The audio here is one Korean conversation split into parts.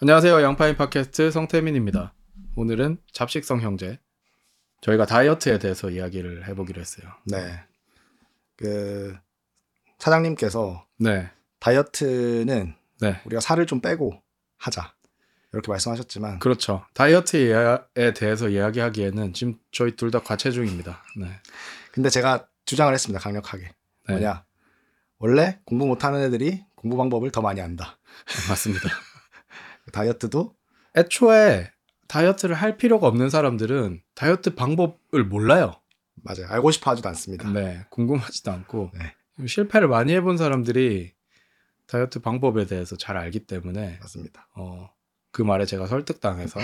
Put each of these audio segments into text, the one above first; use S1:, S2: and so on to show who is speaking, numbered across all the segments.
S1: 안녕하세요. 양파인 팟캐스트 성태민입니다. 오늘은 잡식성 형제. 저희가 다이어트에 대해서 이야기를 해보기로 했어요.
S2: 네. 그 사장님께서
S1: 네.
S2: 다이어트는
S1: 네.
S2: 우리가 살을 좀 빼고 하자 이렇게 말씀하셨지만
S1: 그렇죠. 다이어트에 대해서 이야기하기에는 지금 저희 둘 다 과체중입니다. 네.
S2: 근데 제가 주장을 했습니다 강력하게
S1: 네.
S2: 뭐냐 원래 공부 못하는 애들이 공부 방법을 더 많이 안다
S1: 맞습니다.
S2: 다이어트도
S1: 애초에 다이어트를 할 필요가 없는 사람들은 다이어트 방법을 몰라요.
S2: 맞아요 알고 싶어 하지도 않습니다
S1: 네, 궁금하지도 않고
S2: 네.
S1: 실패를 많이 해본 사람들이 다이어트 방법에 대해서 잘 알기 때문에
S2: 맞습니다
S1: 어, 그 말에 제가 설득당해서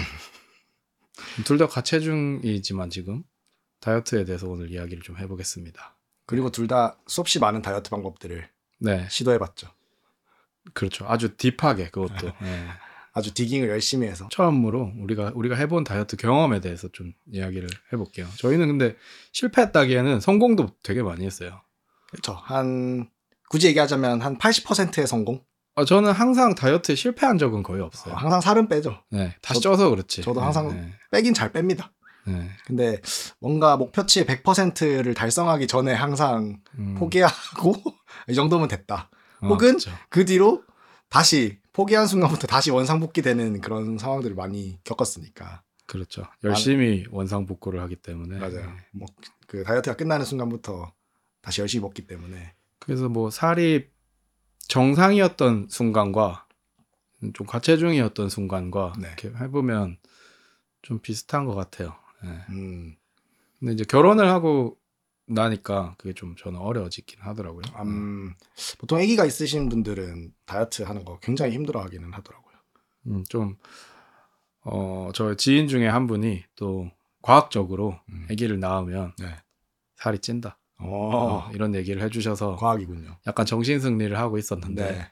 S1: 둘 다 과체중이지만 지금 다이어트에 대해서 오늘 이야기를 좀 해보겠습니다.
S2: 그리고 둘 다 수없이 많은 다이어트 방법들을
S1: 네,
S2: 시도해봤죠
S1: 그렇죠. 아주 딥하게 그것도 네.
S2: 아주 디깅을 열심히 해서
S1: 처음으로 우리가 우리가 해본 다이어트 경험에 대해서 좀 이야기를 해볼게요. 저희는 근데 실패했다기에는 성공도 되게 많이 했어요.
S2: 그렇죠 한 굳이 얘기하자면 한 80%의 성공
S1: 아, 저는 항상 다이어트에 실패한 적은 거의 없어요.
S2: 항상 살은 빼죠
S1: 네, 다
S2: 아, 저-
S1: 쪄서 그렇지.
S2: 저도
S1: 네,
S2: 항상
S1: 네,
S2: 빼긴 잘 뺍니다
S1: 네.
S2: 근데 뭔가 목표치의 100%를 달성하기 전에 항상
S1: 음,
S2: 포기하고 이 정도면 됐다.
S1: 어,
S2: 혹은-
S1: 그쵸.
S2: 그 뒤로 다시 포기한 순간부터 다시 원상복귀되는 그런 상황들을 많이 겪었으니까
S1: 그렇죠. 열심히 원상복구를 하기 때문에
S2: 맞아요.
S1: 네.
S2: 뭐 그 다이어트가 끝나는 순간부터 다시 열심히 먹기 때문에
S1: 그래서 뭐 살이 정상이었던 순간과 좀 과체중이었던 순간과
S2: 네.
S1: 이렇게 해보면 좀 비슷한 것 같아요. 네.
S2: 음,
S1: 근데 이제 결혼을 하고 나니까 그게 좀 저는 어려워지긴 하더라고요.
S2: 음, 보통 아기가 있으신 분들은 다이어트 하는 거 굉장히 힘들어하기는 하더라고요.
S1: 음, 좀, 어, 저 지인 중에 한 분이 또 과학적으로
S2: 음.
S1: 아기를 낳으면
S2: 네.
S1: 살이 찐다.
S2: 어,
S1: 어, 이런 얘기를 해주셔서
S2: 과학이군요.
S1: 약간 정신 승리를 하고 있었는데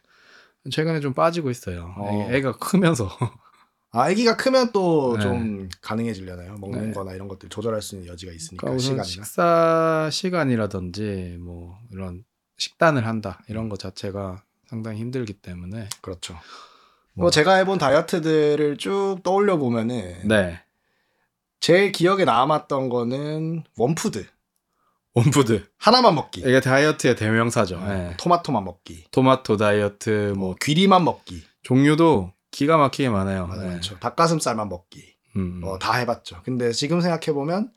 S2: 네.
S1: 최근에 좀 빠지고 있어요.
S2: 어.
S1: 애, 가 크면서
S2: 아, 아기가 크면 또 좀 가능해지려나요? 먹는
S1: 네.
S2: 거나 이런 것들 조절할 수 있는 여지가 있으니까
S1: 그러니까 우선
S2: 시간이나.
S1: 식사 시간이라든지 뭐 이런 식단을 한다 이런 것 자체가 상당히 힘들기 때문에
S2: 그렇죠.
S1: 뭐.
S2: 뭐 제가 해본 다이어트들을 쭉 떠올려 보면은
S1: 네
S2: 제일 기억에 남았던 거는 원푸드
S1: 원푸드
S2: 하나만 먹기,
S1: 이게 다이어트의 대명사죠.
S2: 아, 네.
S1: 예.
S2: 토마토만 먹기,
S1: 토마토 다이어트 뭐
S2: 뭐 귀리만 먹기,
S1: 종류도 기가 막히게 많아요.
S2: 맞아,
S1: 예.
S2: 그렇죠. 닭가슴살만 먹기,
S1: 음,
S2: 뭐 다 해봤죠. 근데 지금 생각해 보면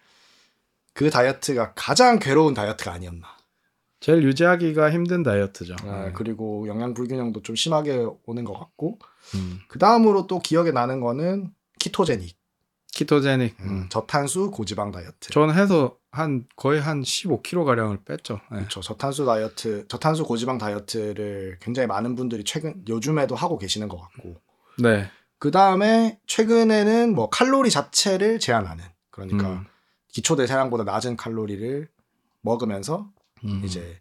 S2: 그 다이어트가 가장 괴로운 다이어트가 아니었나.
S1: 제일 유지하기가 힘든 다이어트죠.
S2: 아,
S1: 예.
S2: 그리고 영양 불균형도 좀 심하게 오는 것 같고
S1: 음.
S2: 그 다음으로 또 기억에 나는 거는 키토제닉,
S1: 키토제닉.
S2: 음,
S1: 음.
S2: 저탄수 고지방 다이어트.
S1: 저는 해서 한 거의 한 15kg 가량을 뺐죠. 예.
S2: 그렇죠. 저탄수 다이어트, 저탄수 고지방 다이어트를 굉장히 많은 분들이 최근 요즘에도 하고 계시는 것 같고
S1: 네.
S2: 그 다음에 최근에는 뭐 칼로리 자체를 제한하는 그러니까
S1: 음.
S2: 기초 대사량보다 낮은 칼로리를 먹으면서
S1: 음.
S2: 이제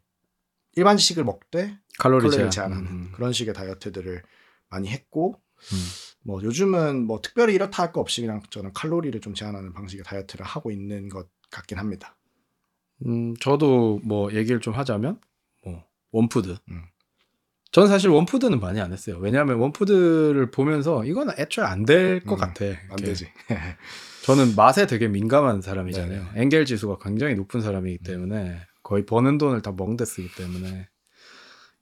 S2: 일반식을 먹되
S1: 칼로리 제한.
S2: 칼로리를 제한하는
S1: 음.
S2: 그런 식의 다이어트들을 많이 했고
S1: 음.
S2: 뭐 요즘은 뭐 특별히 이렇다 할 거 없이 그냥 저는 칼로리를 좀 제한하는 방식의 다이어트를 하고 있는 것 같긴 합니다.
S1: 음, 저도 뭐 얘기를 좀 하자면 뭐 원푸드.
S2: 음.
S1: 전 사실 원푸드는 많이 안 했어요. 왜냐하면 원푸드를 보면서 이건 애초에 안 될 것
S2: 음,
S1: 같아.
S2: 안
S1: 이렇게.
S2: 되지.
S1: 저는 맛에 되게 민감한 사람이잖아요.
S2: 네.
S1: 엥겔 지수가 굉장히 높은 사람이기
S2: 음.
S1: 때문에 거의 버는 돈을 다 멍대 쓰기 때문에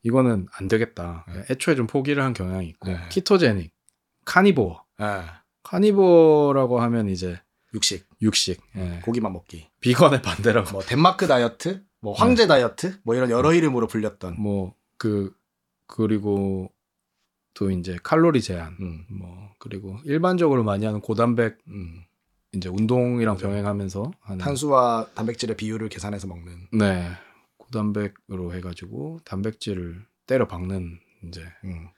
S1: 이거는 안 되겠다.
S2: 네.
S1: 애초에 좀 포기를 한 경향이 있고
S2: 네.
S1: 키토제닉, 카니보어.
S2: 아,
S1: 카니보어라고 하면 이제
S2: 육식,
S1: 육식, 예.
S2: 고기만 먹기.
S1: 비건의 반대라고.
S2: 뭐 덴마크 다이어트, 뭐 황제 다이어트, 뭐 이런 여러 이름으로 불렸던.
S1: 뭐 그 그리고 또 이제 칼로리 제한
S2: 음,
S1: 뭐 그리고 일반적으로 많이 하는 고단백
S2: 음.
S1: 이제 운동이랑 병행하면서 하는
S2: 네. 탄수와 단백질의 비율을 계산해서 먹는.
S1: 네 고단백으로 해가지고 단백질을 때려 박는 이제
S2: 음,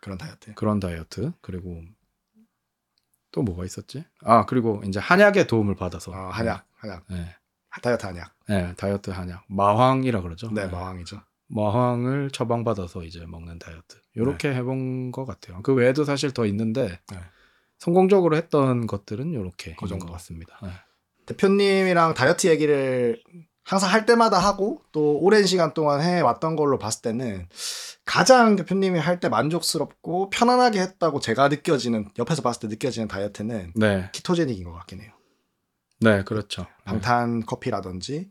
S2: 그런 다이어트.
S1: 그런 다이어트 그리고 또 뭐가 있었지 아 그리고 이제 한약의 도움을 받아서
S2: 어, 한약, 한약,
S1: 네,
S2: 다이어트 한약.
S1: 네, 다이어트 한약 마황이라 그러죠
S2: 네, 마왕이죠.
S1: 마황을 처방받아서 이제 먹는 다이어트. 요렇게 해본 것 같아요. 그 외에도 사실 더 있는데
S2: 네.
S1: 성공적으로 했던 것들은 요렇게
S2: 그
S1: 있는
S2: 정도.
S1: 것 같습니다. 네.
S2: 대표님이랑 다이어트 얘기를 항상 할 때마다 하고 또 오랜 시간 동안 해왔던 걸로 봤을 때는 가장 대표님이 할 때 만족스럽고 편안하게 했다고 제가 느껴지는 옆에서 봤을 때 느껴지는 다이어트는
S1: 네,
S2: 키토제닉인 것 같긴 해요.
S1: 네, 그렇죠.
S2: 방탄 커피라든지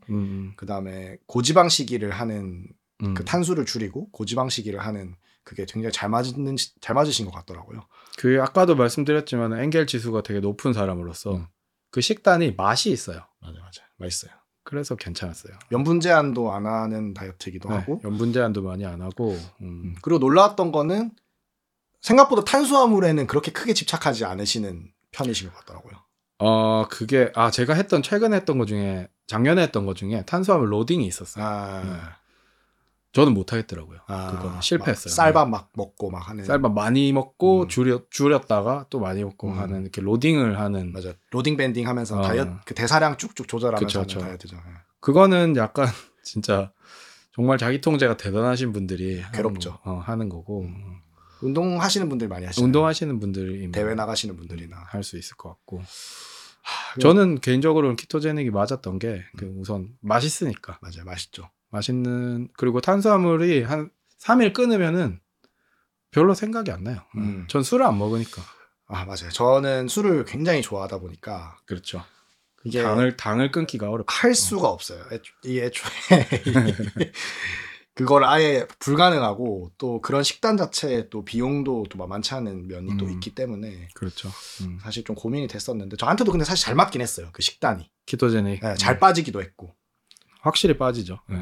S1: 네. 음,
S2: 그 다음에 고지방 식이를 하는
S1: 음, 음.
S2: 그 탄수를 줄이고 고지방 식이를 하는 그게 굉장히 잘 맞는 잘 맞으신 것 같더라고요.
S1: 그 아까도 말씀드렸지만 엥겔 지수가 되게 높은 사람으로서
S2: 음.
S1: 그 식단이 맛이 있어요.
S2: 맞아 맞아 맛있어요.
S1: 그래서 괜찮았어요.
S2: 염분 제한도 안 하는 다이어트이기도
S1: 네,
S2: 하고
S1: 염분 제한도 많이 안 하고 음,
S2: 음, 그리고 놀라웠던 거는 생각보다 탄수화물에는 그렇게 크게 집착하지 않으시는 편이신 것 같더라고요.
S1: 어 그게 아 제가 했던 최근에 했던 것 중에 작년에 했던 것 중에 탄수화물 로딩이 있었어요.
S2: 아,
S1: 저는 못 하겠더라고요.
S2: 아,
S1: 음, 그거
S2: 막
S1: 실패했어요.
S2: 쌀밥 막 먹고 막 하는.
S1: 쌀밥 많이 먹고
S2: 네. 음.
S1: 줄여, 줄였다가 또 많이 먹고
S2: 음.
S1: 하는 이렇게 로딩을 하는
S2: 맞아. 로딩 밴딩 하면서
S1: 아.
S2: 다이어트 그 대사량 쭉쭉 조절하면서
S1: 그쵸,
S2: 하는
S1: 그쵸.
S2: 다이어트죠. 예.
S1: 그거는 약간 진짜 정말 자기 통제가 대단하신 분들이 하는
S2: 괴롭죠.
S1: 거- 어, 하는 거고
S2: 운동하시는 분들 많이 하시죠.
S1: 운동하시는 분들이
S2: 대회 나가시는 분들이나
S1: 할 수 있을 것 같고
S2: 하,
S1: 저는 개인적으로는 키토제닉이 맞았던 게그 우선 맛있으니까
S2: 맞아 맛있죠.
S1: 맛있는 그리고 탄수화물이 한 3일 끊으면은 별로 생각이 안 나요.
S2: 음.
S1: 전 술을 안 먹으니까
S2: 아 맞아요. 저는 술을 굉장히 좋아하다 보니까
S1: 그렇죠.
S2: 이게
S1: 당을 당을 끊기가 어렵.
S2: 할 수가 없어요. 애초, 이 애초에 그걸 아예 불가능하고 또 그런 식단 자체에 또 비용도 또 많지 않은 면이 또
S1: 음.
S2: 있기 때문에
S1: 그렇죠. 음.
S2: 사실 좀 고민이 됐었는데 저한테도 근데 사실 잘 맞긴 했어요. 그 식단이
S1: 키토제닉 음.
S2: 예, 잘 빠지기도 했고
S1: 네, 확실히 빠지죠. 예.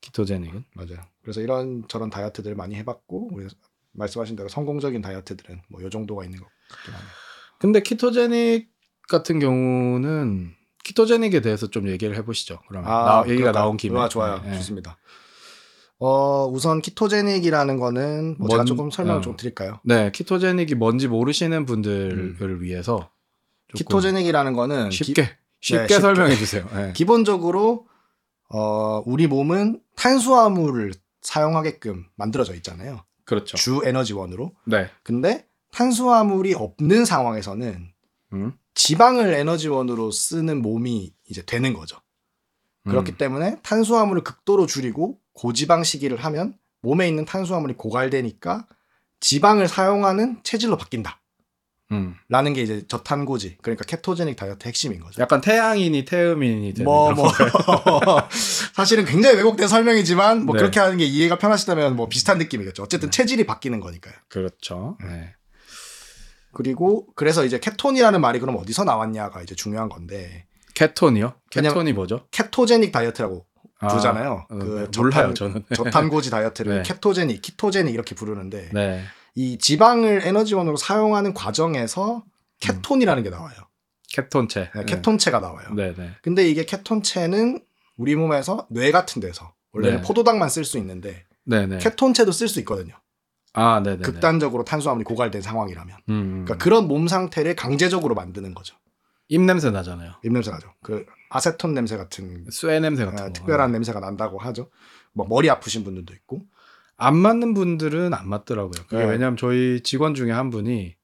S1: 키토제닉은
S2: 맞아요. 그래서 이런 저런 다이어트들 많이 해봤고 우리 말씀하신 대로 성공적인 다이어트들은 뭐 요 정도가 있는 것 같긴 하네요.
S1: 근데 키토제닉 같은 경우는 키토제닉에 대해서 좀 얘기를 해보시죠. 그러면 나, 얘기가
S2: 아, 그럴까요?
S1: 나온 김에
S2: 아, 좋아요.
S1: 예, 예.
S2: 좋습니다. 어, 우선 키토제닉이라는 거는 뭐 제가
S1: 뭔-
S2: 조금 설명을
S1: 어.
S2: 좀 드릴까요?
S1: 네, 키토제닉이 뭔지 모르시는 분들을 위해서 음. 조금
S2: 키토제닉이라는 거는
S1: 쉽게 쉽게,
S2: 네, 쉽게.
S1: 설명해 주세요. 예.
S2: 기, 본적으로 어, 우리 몸은 탄수화물을 사용하게끔 만들어져 있잖아요.
S1: 그렇죠.
S2: 주 에너지원으로.
S1: 네.
S2: 근데 탄수화물이 없는 상황에서는
S1: 음.
S2: 지방을 에너지원으로 쓰는 몸이 이제 되는 거죠. 그렇기
S1: 음.
S2: 때문에 탄수화물을 극도로 줄이고 고지방 식이를 하면 몸에 있는 탄수화물이 고갈되니까 지방을 사용하는 체질로 바뀐다.
S1: 음.
S2: 라는 게 이제 저탄고지, 그러니까 케토제닉 다이어트 핵심인 거죠.
S1: 약간 태양인이 태음인이 되는
S2: 뭐,
S1: 그런
S2: 뭐. 사실은 굉장히 왜곡된 설명이지만, 뭐,
S1: 네.
S2: 그렇게 하는 게 이해가 편하시다면, 뭐, 비슷한 느낌이겠죠. 어쨌든 체질이 바뀌는 거니까요.
S1: 그렇죠. 네.
S2: 그리고, 그래서 이제 케톤이라는 말이 그럼 어디서 나왔냐가 이제 중요한 건데,
S1: 케톤이요?
S2: 왜냐면-
S1: 케톤이 뭐죠?
S2: 케토제닉 다이어트라고
S1: 아,
S2: 부르잖아요.
S1: 음,
S2: 그
S1: 몰라요
S2: 저탄,
S1: 저는.
S2: 저탄고지
S1: 네.
S2: 다이어트를 케토제닉, 키토제닉 이렇게 부르는데,
S1: 네.
S2: 이 지방을 에너지원으로 사용하는
S1: 음.
S2: 과정에서 케톤이라는 게 나와요.
S1: 케톤체.
S2: 네, 케톤체가 나와요.
S1: 네, 네.
S2: 근데 이게 케톤체는 우리 몸에서 뇌 같은 데서 원래는
S1: 네.
S2: 포도당만 쓸 수 있는데
S1: 네, 네.
S2: 케톤체도 쓸 수 있거든요.
S1: 아, 네, 네.
S2: 극단적으로 탄수화물이 고갈된 상황이라면.
S1: 음, 음.
S2: 그러니까 그런 몸 상태를 강제적으로 만드는 거죠.
S1: 입 냄새 나잖아요.
S2: 입냄새 나죠. 그 아세톤 냄새 같은
S1: 쇠 냄새 같은
S2: 아,
S1: 거.
S2: 특별한 냄새가 난다고 하죠. 뭐 머리 아프신 분들도 있고.
S1: 안 맞는 분들은 안 맞더라고요. 그게
S2: 네.
S1: 왜냐면 저희 직원 중에 한 분이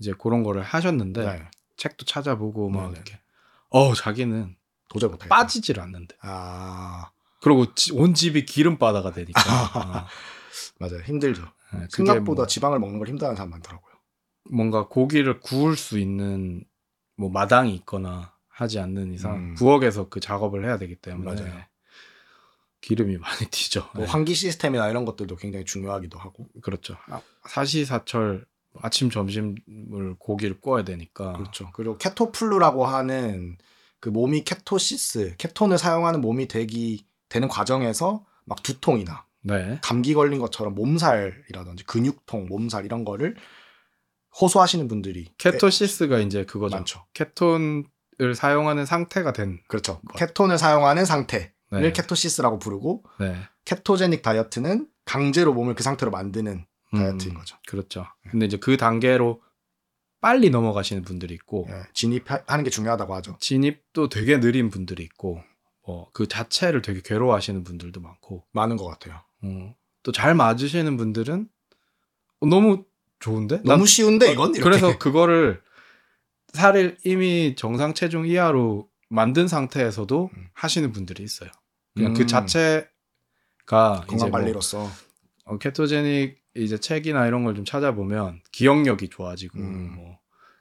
S1: 이제 그런 거를 하셨는데
S2: 네.
S1: 책도 찾아보고 막
S2: 네, 네.
S1: 이렇게 어 자기는
S2: 도저히 못하겠다.
S1: 빠지질 않는데.
S2: 아
S1: 그리고 지- 온 집이 기름바다가 되니까. 아,
S2: 맞아요. 힘들죠.
S1: 네, 그게
S2: 생각보다
S1: 뭐
S2: 지방을 먹는 걸 힘들어하는 사람 많더라고요.
S1: 뭔가 고기를 구울 수 있는 뭐 마당이 있거나 하지 않는 이상
S2: 음.
S1: 부엌에서 그 작업을 해야 되기 때문에
S2: 맞아요.
S1: 기름이 많이 튀죠.
S2: 뭐
S1: 네,
S2: 환기 시스템이나 이런 것들도 굉장히 중요하기도 하고.
S1: 그렇죠. 아, 사시사철 뭐 아침 점심을 고기를 구워야 되니까.
S2: 그렇죠. 그리고 케토플루라고 하는 그 몸이 케토시스, 케톤을 사용하는 몸이 되기 되는 과정에서 막 두통이나
S1: 네.
S2: 감기 걸린 것처럼 몸살이라든지 근육통, 몸살 이런 거를 호소하시는 분들이
S1: 케토시스가 이제 그거죠.
S2: 많죠.
S1: 케톤을 사용하는 상태가 된.
S2: 그렇죠. 케톤을 사용하는 상태를
S1: 뭐. 네.
S2: 케토시스라고 부르고
S1: 네.
S2: 케토제닉 다이어트는 강제로 몸을 그 상태로 만드는
S1: 음,
S2: 다이어트인 거죠. 네.
S1: 그렇죠. 근데 이제 그 단계로 빨리 넘어가시는 분들이 있고
S2: 예, 진입하는 게 중요하다고 하죠.
S1: 진입도 되게 느린 분들이 있고 뭐 그 자체를 되게 괴로워하시는 분들도 많고 음,
S2: 많은 것 같아요.
S1: 또 잘 맞으시는 분들은 어, 너무 좋은데 난-
S2: 너무 쉬운데 네, 이건 이렇게.
S1: 어, 그래서 그거를 살을 이미 정상 체중 이하로 만든 상태에서도
S2: 음.
S1: 하시는 분들이 있어요. 그냥
S2: 음.
S1: 그 자체가 가 이제
S2: 건강
S1: 뭐
S2: 관리로서
S1: 어, 케토제닉 이제 책이나 이런 걸 좀 찾아보면 기억력이 좋아지고
S2: 음.
S1: 뭐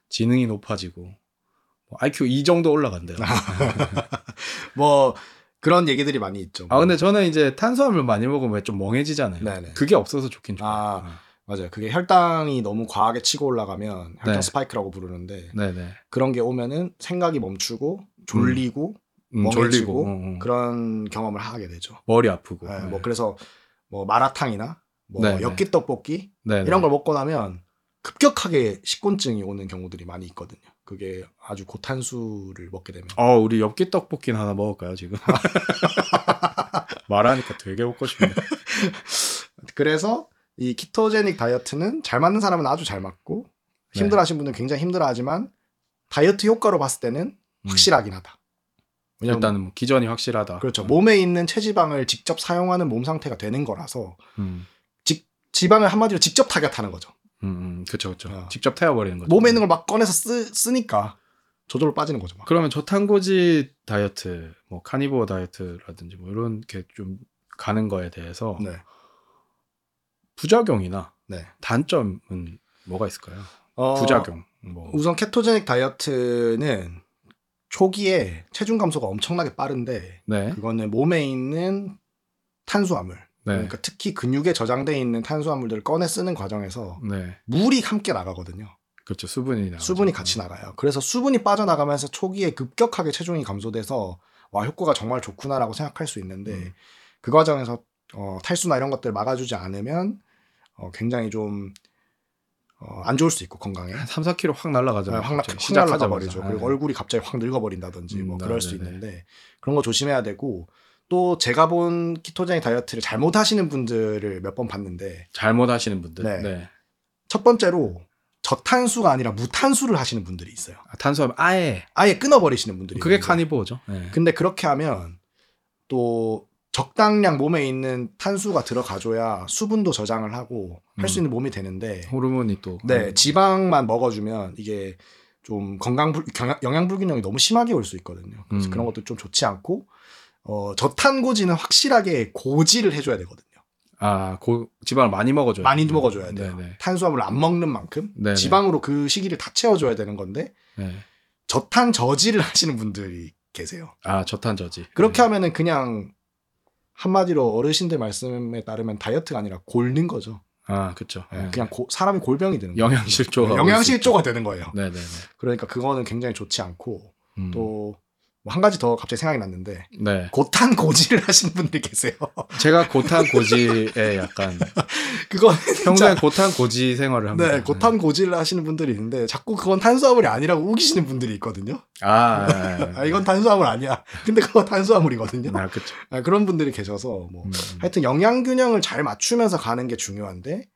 S1: 지능이 높아지고 뭐 IQ 2 정도 올라간대요.
S2: 뭐 그런 얘기들이 많이 있죠.
S1: 아 근데 저는 이제 탄수화물 많이 먹으면 왜 좀 멍해지잖아요.
S2: 네네.
S1: 그게 없어서 좋긴 좋아요.
S2: 아. 맞아요. 그게 혈당이 너무 과하게 치고 올라가면 혈당
S1: 네.
S2: 스파이크라고 부르는데
S1: 네네.
S2: 그런 게 오면은 생각이 멈추고 졸리고
S1: 음,
S2: 멍해지고
S1: 졸리고 응, 응.
S2: 그런 경험을 하게 되죠.
S1: 머리 아프고.
S2: 예, 뭐 그래서 뭐 마라탕이나 뭐
S1: 네,
S2: 엽기 떡볶이
S1: 네네.
S2: 이런 걸 먹고 나면 급격하게 식곤증이 오는 경우들이 많이 있거든요. 그게 아주 고탄수를 먹게 되면
S1: 어 우리 엽기 떡볶이 하나 먹을까요 지금? 말하니까 되게 먹고 싶네.
S2: 그래서 이 키토제닉 다이어트는 잘 맞는 사람은 아주 잘 맞고
S1: 네.
S2: 힘들어하신 분은 굉장히 힘들어하지만 다이어트 효과로 봤을 때는
S1: 음.
S2: 확실하긴 하다. 왜냐면
S1: 일단은 뭐 기전이 확실하다.
S2: 그렇죠. 몸에 있는 체지방을 직접 사용하는 몸 상태가 되는 거라서
S1: 음,
S2: 지방을 한마디로 직접 타격하는 거죠.
S1: 음, 음, 그렇죠, 그렇죠.
S2: 아.
S1: 직접 태워버리는 거죠.
S2: 몸에 있는 걸 막 꺼내서 쓰, 쓰니까 저절로 빠지는 거죠. 막.
S1: 그러면 저탄고지 다이어트, 뭐 카니보어 다이어트라든지 뭐 이런 게 좀 가는 거에 대해서
S2: 네.
S1: 부작용이나
S2: 네.
S1: 단점은 뭐가 있을까요?
S2: 어,
S1: 부작용 뭐
S2: 우선 케토제닉 다이어트는 초기에 체중 감소가 엄청나게 빠른데
S1: 네,
S2: 그거는 몸에 있는 탄수화물
S1: 네,
S2: 그러니까 특히 근육에 저장돼 있는 탄수화물들을 꺼내 쓰는 과정에서
S1: 네,
S2: 물이 함께 나가거든요.
S1: 그렇죠. 수분이 나.
S2: 수분이 같이 나가요. 그래서 수분이 빠져나가면서 초기에 급격하게 체중이 감소돼서 와 효과가 정말 좋구나라고 생각할 수 있는데
S1: 음.
S2: 그 과정에서 어, 탈수나 이런 것들 막아주지 않으면 어, 굉장히 좀 안 좋을 수 있고 건강에 네,
S1: 한 3, 4kg 확 날라가잖아요.
S2: 확,
S1: 갑자기 아, 네.
S2: 확 날라가버리죠.
S1: 시작하자마자.
S2: 그리고 얼굴이 갑자기 확 늙어버린다든지 뭐
S1: 음,
S2: 그럴 수
S1: 네네네.
S2: 있는데 그런 거 조심해야 되고 또 제가 본 키토제닉 다이어트를 잘못 하시는 분들을 몇 번 봤는데
S1: 잘못 하시는 분들.
S2: 네.
S1: 네.
S2: 첫 번째로 저탄수가 아니라 무탄수를 하시는 분들이 있어요.
S1: 아, 탄수화물 아예
S2: 아예 끊어버리시는 분들이
S1: 그게
S2: 있는데.
S1: 카니보어죠. 네.
S2: 근데 그렇게 하면 또 적당량 몸에 있는 탄수가 들어가줘야 수분도 저장을 하고 할
S1: 음.
S2: 수 있는 몸이 되는데
S1: 호르몬이 또
S2: 네, 지방만 먹어주면 이게 좀 건강 불, 경양- 영양 불균형이 너무 심하게 올 수 있거든요. 그래서
S1: 음.
S2: 그런 것도 좀 좋지 않고 어, 저탄고지는 확실하게 고지를 해줘야 되거든요.
S1: 아, 고, 지방을 많이 먹어줘요.
S2: 많이 먹어줘야 돼요.
S1: 네, 네.
S2: 탄수화물 안 먹는 만큼
S1: 네네.
S2: 지방으로 그 시기를 다 채워줘야 되는 건데
S1: 네.
S2: 저탄 저지를 하시는 분들이 계세요.
S1: 아, 저탄 저지.
S2: 그렇게
S1: 네.
S2: 하면은 그냥 한마디로 어르신들 말씀에 따르면 다이어트가 아니라 골는 거죠.
S1: 아, 그렇죠.
S2: 예, 그냥 고- 사람이 골병이 되는 거예요. 네,
S1: 영양실조가
S2: 영양실조가 되는 거예요.
S1: 네, 네, 네.
S2: 그러니까 그거는 굉장히 좋지 않고
S1: 음.
S2: 또뭐 한 가지 더 갑자기 생각이 났는데
S1: 네.
S2: 고탄 고지를 하시는 분들 계세요.
S1: 제가 고탄 고지에 약간
S2: 그건
S1: 평소에
S2: 진짜
S1: 고탄 고지 생활을 합니다.
S2: 네 고탄 고지를 하시는 분들이 있는데 자꾸 그건 탄수화물이 아니라고 우기시는 분들이 있거든요.
S1: 아,
S2: 아 이건 탄수화물 아니야. 근데 그거 탄수화물이거든요.
S1: 아, 그렇죠.
S2: 아, 그런 분들이 계셔서 뭐
S1: 음.
S2: 하여튼 영양 균형을 잘 맞추면서 가는 게 중요한데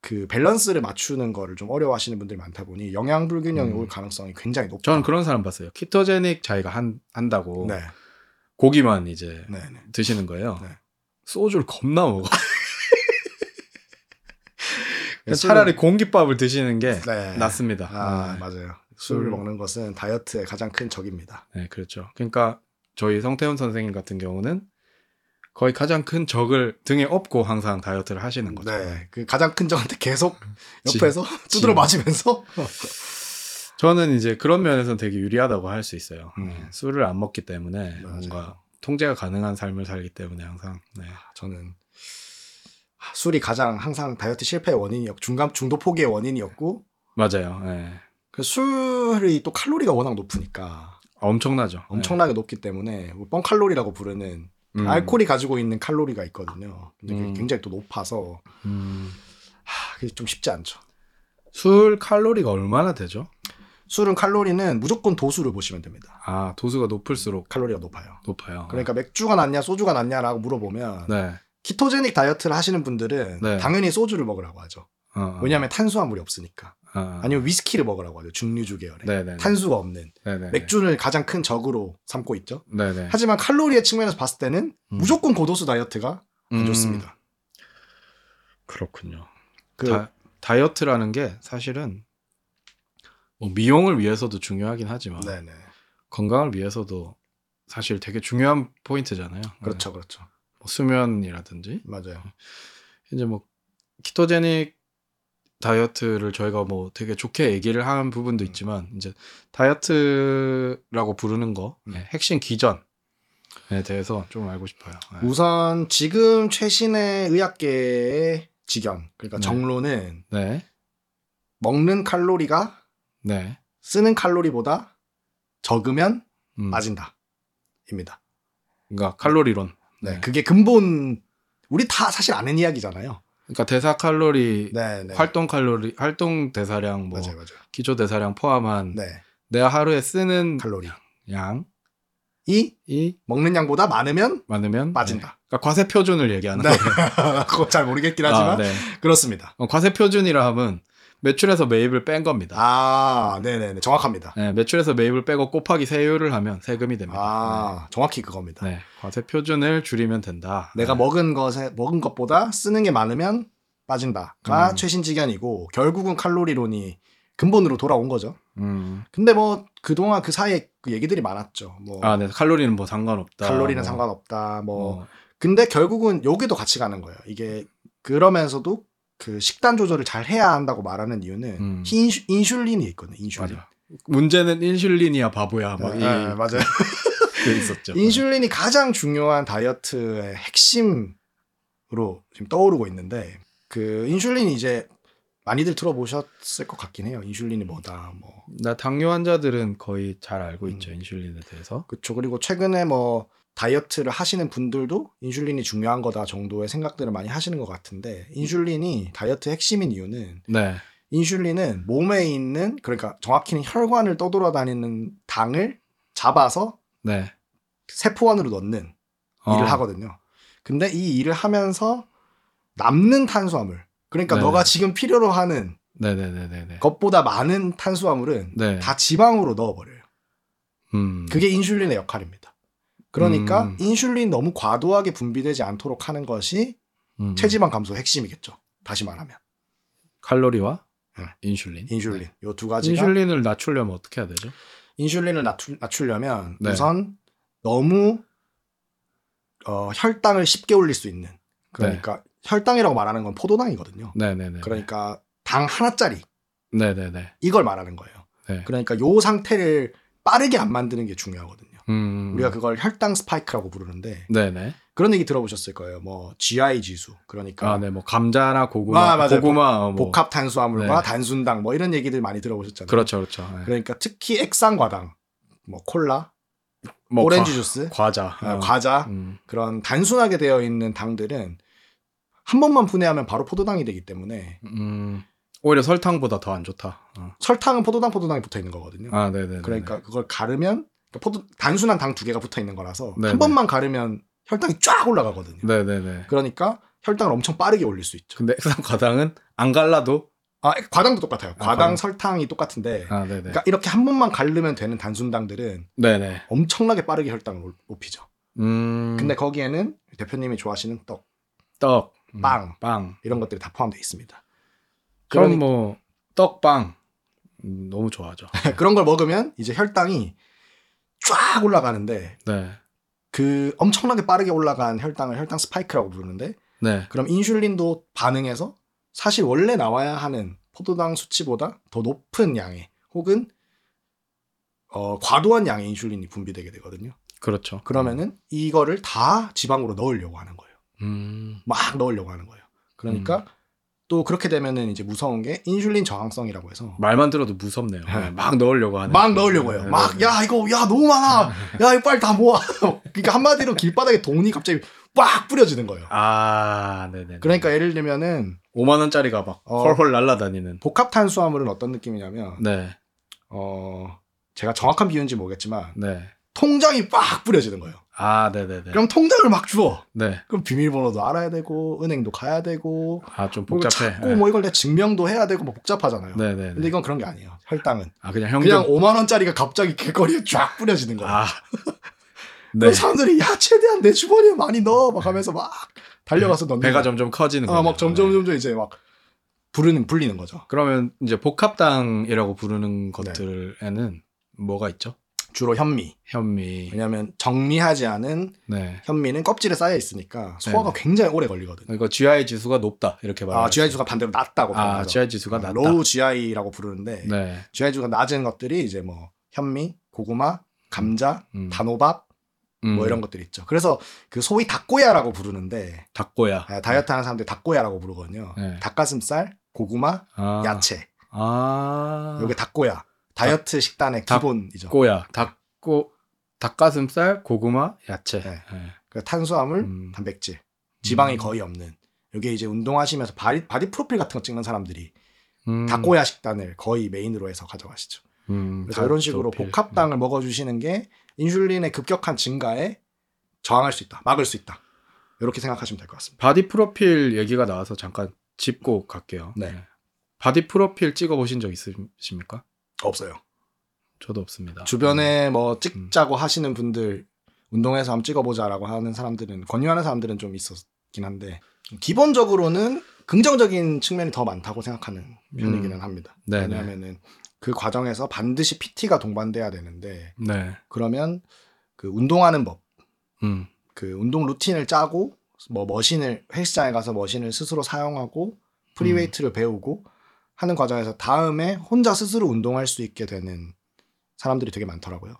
S2: 그 밸런스를 맞추는 거를 좀 어려워하시는 분들이 많다 보니 영양 불균형이
S1: 음.
S2: 올 가능성이 굉장히 높다.
S1: 저는 그런 사람 봤어요. 키토제닉 자기가 한 한다고
S2: 네,
S1: 고기만 이제
S2: 네, 네.
S1: 드시는 거예요.
S2: 네. 아,
S1: 소주를 겁나 먹어. 그러니까
S2: 술은-
S1: 차라리 공깃밥을 드시는 게
S2: 네.
S1: 낫습니다.
S2: 아,
S1: 네.
S2: 맞아요. 술을
S1: 술.
S2: 먹는 것은 다이어트의 가장 큰 적입니다.
S1: 네, 그렇죠. 그러니까 저희 성태훈 선생님 같은 경우는 거의 가장 큰 적을 등에 업고 항상 다이어트를 하시는 거죠.
S2: 네, 그 가장 큰 적한테 계속
S1: 음, 지- 어.
S2: 옆에서 두드려 맞으면서
S1: 저는 이제 그런 면에서는 되게 유리하다고 할 수 있어요.
S2: 네. 음.
S1: 술을 안 먹기 때문에
S2: 맞아요.
S1: 뭔가 통제가 가능한 삶을 살기 때문에 항상 네.
S2: 저는 술이 가장 항상 다이어트 실패의 원인이었고 중간 중도 포기의 원인이었고
S1: 맞아요. 네.
S2: 그 술이 또 칼로리가 워낙 높으니까
S1: 엄청나죠.
S2: 엄청나게 높기 때문에 뭐 뻥칼로리라고 부르는
S1: 네. 음.
S2: 알코올이 가지고 있는 칼로리가 있거든요. 근데 그게
S1: 음.
S2: 굉장히 또 높아서
S1: 음.
S2: 하, 그게 좀 쉽지 않죠.
S1: 술 칼로리가 얼마나 되죠?
S2: 술은 칼로리는 무조건 도수를 보시면 됩니다.
S1: 아 도수가 높을수록
S2: 칼로리가 높아요.
S1: 높아요.
S2: 그러니까 맥주가 낫냐 소주가 낫냐라고 물어보면
S1: 네.
S2: 키토제닉 다이어트를 하시는 분들은
S1: 네.
S2: 당연히 소주를 먹으라고 하죠.
S1: 어, 어.
S2: 왜냐하면 탄수화물이 없으니까.
S1: 어, 어.
S2: 아니면 위스키를 먹으라고 하죠. 중류주 계열에.
S1: 네네.
S2: 탄수가 없는
S1: 네네.
S2: 맥주를 가장 큰 적으로 삼고 있죠.
S1: 네네.
S2: 하지만 칼로리의 측면에서 봤을 때는
S1: 음.
S2: 무조건 고도수 다이어트가 안
S1: 음.
S2: 좋습니다.
S1: 그렇군요.
S2: 그
S1: 다, 다이어트라는 게 사실은 뭐 미용을 위해서도 중요하긴 하지만
S2: 네네
S1: 건강을 위해서도 사실 되게 중요한 포인트잖아요.
S2: 그렇죠 그렇죠.
S1: 뭐 수면이라든지
S2: 맞아요.
S1: 이제 뭐 키토제닉 다이어트를 저희가 뭐 되게 좋게 얘기를 한 부분도
S2: 음.
S1: 있지만 이제 다이어트라고 부르는 거
S2: 음.
S1: 예, 핵심 기전에 대해서 좀 알고 싶어요. 예.
S2: 우선 지금 최신의 의학계의 직연, 그러니까
S1: 네.
S2: 정론은
S1: 네,
S2: 먹는 칼로리가
S1: 네,
S2: 쓰는 칼로리보다 적으면
S1: 음.
S2: 빠진다. 입니다.
S1: 그러니까 칼로리론.
S2: 네,
S1: 네.
S2: 그게 근본 우리 다 사실 아는 이야기잖아요.
S1: 그러니까 대사 칼로리,
S2: 네, 네.
S1: 활동 칼로리, 활동 대사량, 뭐 음.
S2: 맞아요, 맞아요.
S1: 기초 대사량 포함한
S2: 네,
S1: 내가 하루에 쓰는
S2: 칼로리.
S1: 양이
S2: 이 먹는 양보다 많으면
S1: 많으면 네.
S2: 빠진다.
S1: 그러니까 과세 표준을 얘기하는
S2: 네,
S1: 거예요.
S2: 그거 잘 모르겠긴 하지만
S1: 아, 네.
S2: 그렇습니다.
S1: 어, 과세 표준이라 함은 매출에서 매입을 뺀 겁니다.
S2: 아, 네, 네, 네, 정확합니다.
S1: 네, 매출에서 매입을 빼고 곱하기 세율을 하면 세금이 됩니다.
S2: 아, 정확히 그겁니다.
S1: 네, 네, 과세 표준을 줄이면 된다.
S2: 내가
S1: 네.
S2: 먹은 것에 먹은 것보다 쓰는 게 많으면 빠진다가
S1: 음.
S2: 최신 지견이고 결국은 칼로리론이 근본으로 돌아온 거죠.
S1: 음.
S2: 근데 뭐 그동안 그 사이에 그 얘기들이 많았죠. 뭐
S1: 아, 네, 칼로리는 뭐 상관없다.
S2: 칼로리는
S1: 뭐,
S2: 상관없다. 뭐
S1: 뭐,
S2: 근데 결국은 여기도 같이 가는 거예요. 이게 그러면서도 그 식단 조절을 잘 해야 한다고 말하는 이유는
S1: 음.
S2: 인슈, 인슐린이 있거든요. 인슐린.
S1: 맞아. 문제는 인슐린이야 바보야.
S2: 네,
S1: 막 이,
S2: 네, 맞아요.
S1: 그 있었죠.
S2: 네. 인슐린이 가장 중요한 다이어트의 핵심으로 지금 떠오르고 있는데 그 인슐린이 이제 많이들 들어보셨을 것 같긴 해요. 인슐린이 뭐다 뭐
S1: 나 당뇨 환자들은 거의 잘 알고 있죠
S2: 음.
S1: 인슐린에 대해서.
S2: 그쵸. 그리고 최근에 뭐 다이어트를 하시는 분들도 인슐린이 중요한 거다 정도의 생각들을 많이 하시는 것 같은데 인슐린이 다이어트 핵심인 이유는
S1: 네,
S2: 인슐린은 몸에 있는 그러니까 정확히는 혈관을 떠돌아다니는 당을 잡아서
S1: 네.
S2: 세포 안으로 넣는
S1: 어,
S2: 일을 하거든요. 근데 이 일을 하면서 남는 탄수화물 그러니까
S1: 네.
S2: 너가 지금 필요로 하는
S1: 네, 네, 네, 네, 네.
S2: 것보다 많은 탄수화물은
S1: 네.
S2: 다 지방으로 넣어버려요.
S1: 음.
S2: 그게 인슐린의 역할입니다. 그러니까
S1: 음.
S2: 인슐린 너무 과도하게 분비되지 않도록 하는 것이
S1: 음.
S2: 체지방 감소 의 핵심이겠죠. 다시 말하면
S1: 칼로리와
S2: 네.
S1: 인슐린.
S2: 인슐린
S1: 네.
S2: 요 두 가지가
S1: 인슐린을 낮추려면 어떻게 해야 되죠?
S2: 인슐린... 을 낮추, 려면
S1: 네.
S2: 우선 너무 어, 혈당을 쉽게 올릴 수 있는 그러니까 혈당이라고 말하는 건 포도당이거든요.
S1: 네, 네, 네.
S2: 그러니까 당 하나짜리
S1: 네, 네, 네.
S2: 이걸 말하는 거예요.
S1: 네.
S2: 그러니까 요 상태를 빠르게 안 만드는 게 중요하거든요.
S1: 음.
S2: 우리가 그걸 혈당 스파이크라고 부르는데
S1: 네, 네.
S2: 그런 얘기 들어보셨을 거예요. 뭐 GI 지수 그러니까
S1: 아, 네, 뭐 감자나 고구마,
S2: 아, 맞아요.
S1: 고구마, 어, 뭐
S2: 복합 탄수화물과
S1: 네.
S2: 단순당 뭐 이런 얘기들 많이 들어보셨잖아요.
S1: 그렇죠, 그렇죠. 네.
S2: 그러니까 특히 액상 과당, 뭐 콜라,
S1: 뭐
S2: 오렌지
S1: 과-
S2: 주스,
S1: 과자,
S2: 아,
S1: 어.
S2: 과자
S1: 음.
S2: 그런 단순하게 되어 있는 당들은 한 번만 분해하면 바로 포도당이 되기 때문에
S1: 음. 오히려 설탕보다 더 안 좋다. 어.
S2: 설탕은 포도당 포도당이 붙어 있는 거거든요.
S1: 아, 네, 네.
S2: 그러니까 그걸 가르면 그러니까 포도 단순한 당 두 개가 붙어 있는 거라서
S1: 네네.
S2: 한 번만 가르면 혈당이 쫙 올라가거든요.
S1: 네, 네, 네.
S2: 그러니까 혈당을 엄청 빠르게 올릴 수 있죠.
S1: 근데 액상 과당은 안 갈라도
S2: 아 과당도 똑같아요.
S1: 아, 과당.
S2: 과당 설탕이 똑같은데
S1: 아, 네, 네.
S2: 그러니까 이렇게 한 번만 가르면 되는 단순당들은
S1: 네, 네.
S2: 엄청나게 빠르게 혈당을 올- 높이죠.
S1: 음.
S2: 근데 거기에는 대표님이 좋아하시는 떡,
S1: 떡, 음,
S2: 빵.
S1: 빵.
S2: 이런 것들이 다 포함되어 있습니다.
S1: 그럼
S2: 그러니-
S1: 뭐 떡빵 음, 너무 좋아하죠.
S2: 그런 걸 먹으면 이제 혈당이 쫙 올라가는데
S1: 네,
S2: 그 엄청나게 빠르게 올라간 혈당을 혈당 스파이크라고 부르는데
S1: 네,
S2: 그럼 인슐린도 반응해서 사실 원래 나와야 하는 포도당 수치보다 더 높은 양의 혹은 어, 과도한 양의 인슐린이 분비되게 되거든요.
S1: 그렇죠.
S2: 그러면은 이거를 다 지방으로 넣으려고 하는 거예요.
S1: 음,
S2: 막 넣으려고 하는 거예요. 그러니까 또 그렇게 되면은 이제 무서운 게 인슐린 저항성이라고 해서
S1: 말만 들어도 무섭네요. 네, 막 넣으려고 하는.
S2: 막 넣으려고 해요.
S1: 네,
S2: 막
S1: 네, 네.
S2: 야 이거 야 너무 많아. 야 이거 빨리 다 모아. 그러니까 한마디로 길바닥에 돈이 갑자기 빡 뿌려지는
S1: 네.
S2: 거예요.
S1: 아, 네, 네.
S2: 그러니까 예를 들면은
S1: 5만 원짜리가 막
S2: 어.
S1: 훨훨 날아다니는.
S2: 복합 탄수화물은 어떤 느낌이냐면
S1: 네,
S2: 어 제가 정확한 비유인지 모르겠지만
S1: 네.
S2: 통장이 빡 뿌려지는 거예요.
S1: 아, 네, 네, 네.
S2: 그럼 통장을 막 주워.
S1: 네.
S2: 그럼 비밀번호도 알아야 되고 은행도 가야 되고
S1: 아, 좀
S2: 뭐
S1: 복잡해.
S2: 찾고 뭐 이걸 내 증명도 해야 되고 뭐 복잡하잖아요.
S1: 네, 네,
S2: 근데
S1: 네.
S2: 이건 그런 게 아니에요. 혈당은
S1: 아, 그냥 현금.
S2: 그냥 5만 원짜리가 갑자기 길거리에 쫙 뿌려지는 거예요.
S1: 아, 네.
S2: 그래서 사람들이 야 최대한 내 주머니에 많이 넣어 막 하면서 막 달려가서 넣는
S1: 네. 배가
S2: 거야.
S1: 점점 커지는
S2: 어,
S1: 거예요.
S2: 막 점점
S1: 네.
S2: 점점 이제 막 부르는 불리는 거죠. 네.
S1: 그러면 이제 복합당이라고 부르는 것들에는 뭐가 있죠?
S2: 주로 현미.
S1: 현미.
S2: 왜냐하면 정리하지 않은
S1: 네.
S2: 현미는 껍질에 쌓여 있으니까 소화가 굉장히 오래 걸리거든요.
S1: 그러니까 GI 지수가 높다 이렇게 말해요.
S2: 아, GI 주가 반대로 낮다고
S1: 아,
S2: 표현하죠.
S1: GI 지수가 낮다.
S2: 로우 GI라고 부르는데
S1: 네.
S2: GI 주가 낮은 것들이 이제 뭐 현미, 고구마, 감자,
S1: 음.
S2: 단호박
S1: 음.
S2: 뭐 이런 것들 있죠. 그래서 그 소위 닭고야라고 부르는데
S1: 닭고야.
S2: 아, 다이어트 하는 사람들 이 닭고야라고 부르거든요.
S1: 네.
S2: 닭가슴살, 고구마,
S1: 아.
S2: 야채.
S1: 아.
S2: 요게 닭고야. 다이어트 식단의
S1: 닭-
S2: 기본이죠.
S1: 닭고야. 닭고 닭가슴살, 고구마, 야채.
S2: 네.
S1: 네.
S2: 그 탄수화물,
S1: 음.
S2: 단백질, 지방이
S1: 음.
S2: 거의 없는. 요게 이제 운동하시면서 바디, 바디 프로필 같은 거 찍는 사람들이
S1: 음.
S2: 닭고야 식단을 거의 메인으로 해서 가져가시죠.
S1: 음,
S2: 그래서 이런 식으로
S1: 닭,
S2: 복합당을 먹어주시는 게 인슐린의 급격한 증가에 저항할 수 있다, 막을 수 있다. 이렇게 생각하시면 될 것 같습니다.
S1: 바디 프로필 얘기가 나와서 잠깐 짚고 갈게요.
S2: 네.
S1: 바디 프로필 찍어 보신 적 있으십니까?
S2: 없어요.
S1: 저도 없습니다.
S2: 주변에 뭐 찍자고 하시는 분들 운동해서 한번 찍어보자라고 하는 사람들은 권유하는 사람들은 좀 있었긴 한데 기본적으로는 긍정적인 측면이 더 많다고 생각하는 편이기는
S1: 음.
S2: 합니다.
S1: 네네.
S2: 왜냐하면은 그 과정에서 반드시 PT가 동반돼야 되는데
S1: 네.
S2: 그러면 그 운동하는 법,
S1: 음.
S2: 그 운동 루틴을 짜고 뭐 머신을 헬스장에 가서 머신을 스스로 사용하고 프리웨이트를 배우고 하는 과정에서 다음에 혼자 스스로 운동할 수 있게 되는 사람들이 되게 많더라고요.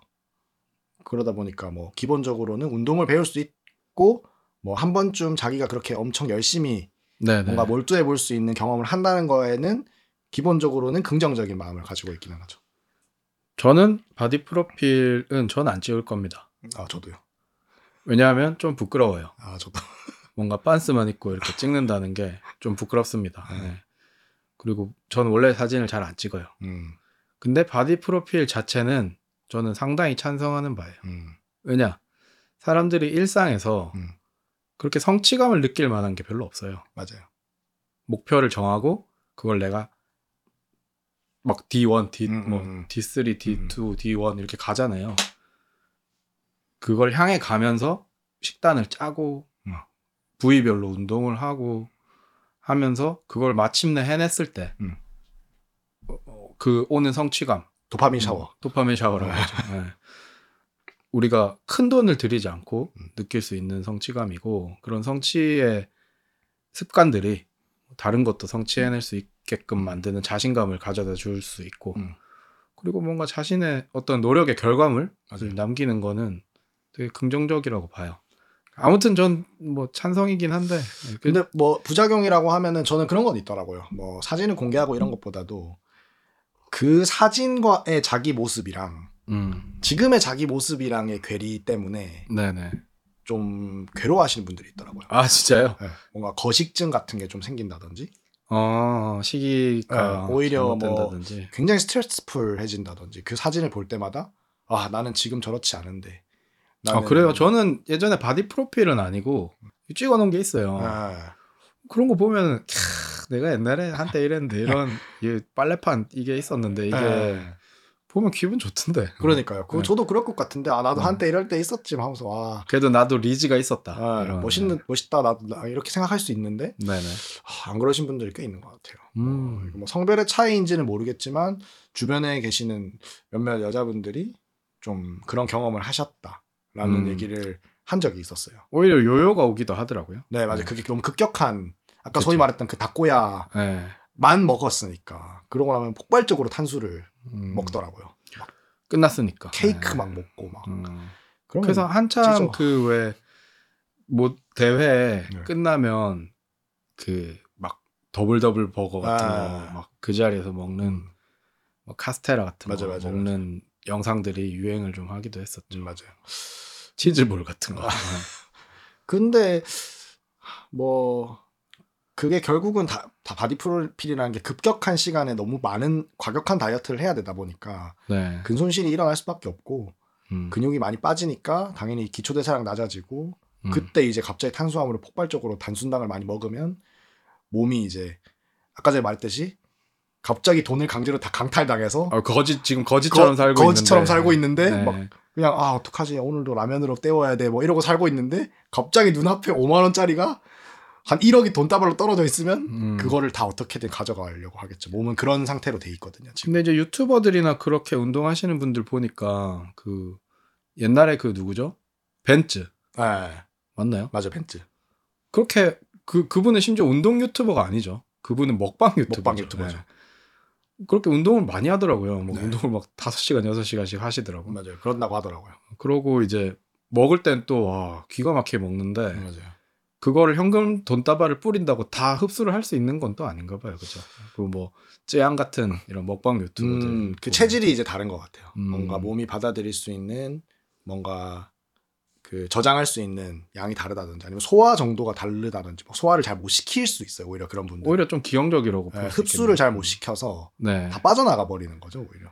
S2: 그러다 보니까 뭐 기본적으로는 운동을 배울 수 있고 뭐 한 번쯤 자기가 그렇게 엄청 열심히
S1: 네,
S2: 뭔가 몰두해 볼 수 있는 경험을 한다는 거에는 기본적으로는 긍정적인 마음을 가지고 있기는 하죠.
S1: 저는 바디 프로필은 전 안 찍을 겁니다.
S2: 아 저도요.
S1: 왜냐하면 좀 부끄러워요.
S2: 아 저도.
S1: 뭔가 반스만 입고 이렇게 찍는다는 게 좀 부끄럽습니다.
S2: 네.
S1: 네. 그리고 전 원래 사진을 잘 안 찍어요.
S2: 음,
S1: 근데 바디 프로필 자체는 저는 상당히 찬성하는 바예요.
S2: 음,
S1: 왜냐? 사람들이 일상에서
S2: 음.
S1: 그렇게 성취감을 느낄 만한 게 별로 없어요.
S2: 맞아요.
S1: 목표를 정하고 그걸 내가 막 D1, D,
S2: 음,
S1: 뭐
S2: 음, 음.
S1: D3, D2, D1 이렇게 가잖아요. 그걸 향해 가면서 식단을 짜고
S2: 음.
S1: 부위별로 운동을 하고 하면서 그걸 마침내 해냈을 때 그
S2: 음.
S1: 오는 성취감
S2: 도파민 샤워.
S1: 음,
S2: 네.
S1: 도파민 샤워라고 하죠. 예. 우리가 큰 돈을 들이지 않고
S2: 음.
S1: 느낄 수 있는 성취감이고 그런 성취의 습관들이 다른 것도 성취해낼 수 있게끔 만드는 자신감을 가져다 줄 수 있고
S2: 음.
S1: 그리고 뭔가 자신의 어떤 노력의 결과물
S2: 맞아요.
S1: 남기는 거는 되게 긍정적이라고 봐요. 아무튼 전 뭐 찬성이긴 한데 예, 그-
S2: 근데 뭐 부작용이라고 하면은 저는 그런 건 있더라고요. 뭐 사진을 공개하고 이런 것보다도 그 사진과의 자기 모습이랑
S1: 음,
S2: 지금의 자기 모습이랑의 괴리 때문에
S1: 네네
S2: 좀 괴로워하시는 분들이 있더라고요.
S1: 아 진짜요?
S2: 예, 뭔가 거식증 같은 게 좀 생긴다든지
S1: 어 시기가
S2: 예, 오히려 뭐
S1: 잘못된다든지
S2: 굉장히 스트레스풀해진다든지 그 사진을 볼 때마다 아 나는 지금 저렇지 않은데
S1: 아 그래요. 저는 예전에 바디 프로필은 아니고 찍어놓은 게 있어요.
S2: 예,
S1: 그런 거 보면 캬, 내가 옛날에 한때 이랬는데 이런 이 빨래판 이게 있었는데 이게
S2: 예.
S1: 보면 기분 좋던데.
S2: 그러니까요. 그
S1: 예.
S2: 저도 그럴 것 같은데 아 나도
S1: 음.
S2: 한때 이럴 때 있었지 하면서 와
S1: 그래도 나도 리즈가 있었다.
S2: 아,
S1: 이런.
S2: 멋있는 멋있다 나도 나- 이렇게 생각할 수 있는데
S1: 네네.
S2: 아, 안 그러신 분들이 꽤 있는 것 같아요.
S1: 음.
S2: 어, 이거 뭐 성별의 차이인지는 모르겠지만 주변에 계시는 몇몇 여자분들이 좀 그런 경험을 하셨다라는
S1: 음.
S2: 얘기를 한 적이 있었어요.
S1: 오히려 요요가 오기도 하더라고요.
S2: 네 맞아요.
S1: 음.
S2: 그게 너무 급격한 아까 소위
S1: 그쵸.
S2: 말했던 그 닭고야만
S1: 네.
S2: 먹었으니까 그러고 나면 폭발적으로 탄수를
S1: 음,
S2: 먹더라고요. 막
S1: 끝났으니까.
S2: 케이크
S1: 네.
S2: 막 먹고 막.
S1: 음.
S2: 그러면
S1: 그래서 한참
S2: 찢어.
S1: 그왜 뭐 대회
S2: 네.
S1: 끝나면 그 막 더블 더블 버거 같은
S2: 아. 음.
S1: 거 막 그 자리에서 먹는 뭐 카스테라 같은
S2: 맞아,
S1: 거
S2: 맞아,
S1: 먹는 영상들이 유행을 좀 하기도 했었죠.
S2: 음, 맞아요.
S1: 치즈볼 같은 거.
S2: 아. 근데 뭐 그게 결국은 다, 다 바디 프로필이라는 게 급격한 시간에 너무 많은 과격한 다이어트를 해야 되다 보니까
S1: 네.
S2: 근 손실이 일어날 수밖에 없고
S1: 음,
S2: 근육이 많이 빠지니까 당연히 기초 대사량 낮아지고
S1: 음.
S2: 그때 이제 갑자기 탄수화물을 폭발적으로 단순당을 많이 먹으면 몸이 이제 아까 전에 말했듯이 갑자기 돈을 강제로 다 강탈당해서
S1: 어, 거지 지금 거지처럼
S2: 거-
S1: 살고
S2: 거지처럼
S1: 있는데.
S2: 살고 있는데
S1: 네.
S2: 막 그냥 아 어떡하지 오늘도 라면으로 때워야 돼 뭐 이러고 살고 있는데 갑자기 눈앞에 5만 원짜리가 한 1억이 돈다발로 떨어져 있으면
S1: 음.
S2: 그거를 다 어떻게든 가져가려고 하겠죠. 몸은 그런 상태로 돼 있거든요. 지금.
S1: 근데 이제 유튜버들이나 그렇게 운동하시는 분들 보니까 그 옛날에 그 누구죠? 벤츠
S2: 예.
S1: 네, 맞나요?
S2: 맞아. 벤츠.
S1: 그렇게 그 그분은 심지어 운동 유튜버가 아니죠. 그분은 먹방 유튜버죠.
S2: 먹방 유튜버죠.
S1: 네. 그렇게 운동을 많이 하더라고요. 뭐
S2: 네.
S1: 운동을 막 5시간, 6시간씩 하시더라고. 요
S2: 음. 맞아요. 그런다고 하더라고요.
S1: 그러고 이제 먹을 땐 또 와, 기가 막히게 먹는데
S2: 맞아요.
S1: 그거를 현금 돈다발을 뿌린다고 다 흡수를 할 수 있는 건 또 아닌가 봐요. 그죠? 그뭐 쯔양 같은 이런 먹방 유튜버들.
S2: 음, 그
S1: 보면.
S2: 체질이 이제 다른 것 같아요.
S1: 음.
S2: 뭔가 몸이 받아들일 수 있는 뭔가 그 저장할 수 있는 양이 다르다든지 아니면 소화 정도가 다르다든지 뭐 소화를 잘 못 시킬 수 있어요. 오히려 그런 분들
S1: 뭐 오히려 좀 기형적이라고
S2: 예,
S1: 볼수
S2: 흡수를
S1: 있겠네요.
S2: 잘 못 시켜서
S1: 네.
S2: 다 빠져나가 버리는 거죠. 오히려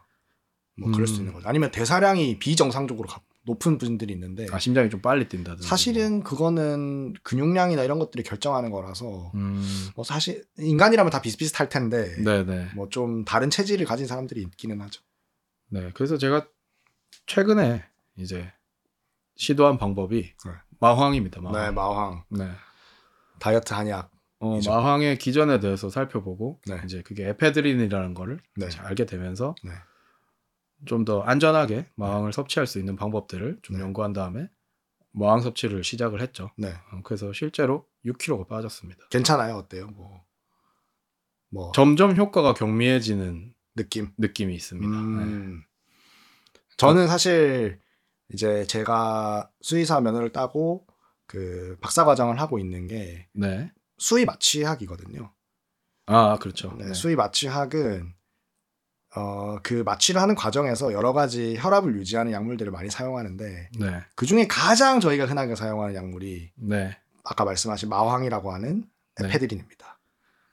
S2: 뭐 그럴 수
S1: 음.
S2: 있는 거죠. 아니면 대사량이 비정상적으로 가- 높은 분들이 있는데
S1: 아 심장이 좀 빨리 뛴다든지.
S2: 사실은 그거는 근육량이나 이런 것들이 결정하는 거라서
S1: 음.
S2: 뭐 사실 인간이라면 다 비슷비슷할 텐데
S1: 네, 네.
S2: 뭐 좀 다른 체질을 가진 사람들이 있기는 하죠.
S1: 네. 그래서 제가 최근에 이제 시도한 방법이
S2: 네.
S1: 마황입니다. 마황.
S2: 네, 마황
S1: 네.
S2: 다이어트 한약.
S1: 어,
S2: 이죠.
S1: 마황의 기전에 대해서 살펴보고
S2: 네.
S1: 이제 그게 에페드린이라는 거를
S2: 네.
S1: 이제 알게 되면서
S2: 네.
S1: 좀 더 안전하게 마황을 섭취할 수 있는 방법들을 좀
S2: 네.
S1: 연구한 다음에 마황 섭취를 시작을 했죠.
S2: 네.
S1: 어, 그래서 실제로 6kg가 빠졌습니다.
S2: 괜찮아요. 어때요? 뭐. 뭐
S1: 점점 효과가 경미해지는
S2: 느낌.
S1: 느낌이 있습니다. 네.
S2: 음. 저는 사실 이제 제가 수의사 면허를 따고 그 박사 과정을 하고 있는 게
S1: 네.
S2: 수의 마취학이거든요.
S1: 아 그렇죠.
S2: 네,
S1: 네.
S2: 수의 마취학은 어, 그 마취를 하는 과정에서 여러 가지 혈압을 유지하는 약물들을 많이 사용하는데
S1: 네.
S2: 그 중에 가장 저희가 흔하게 사용하는 약물이
S1: 네.
S2: 아까 말씀하신 마황이라고 하는
S1: 네.
S2: 에페드린입니다.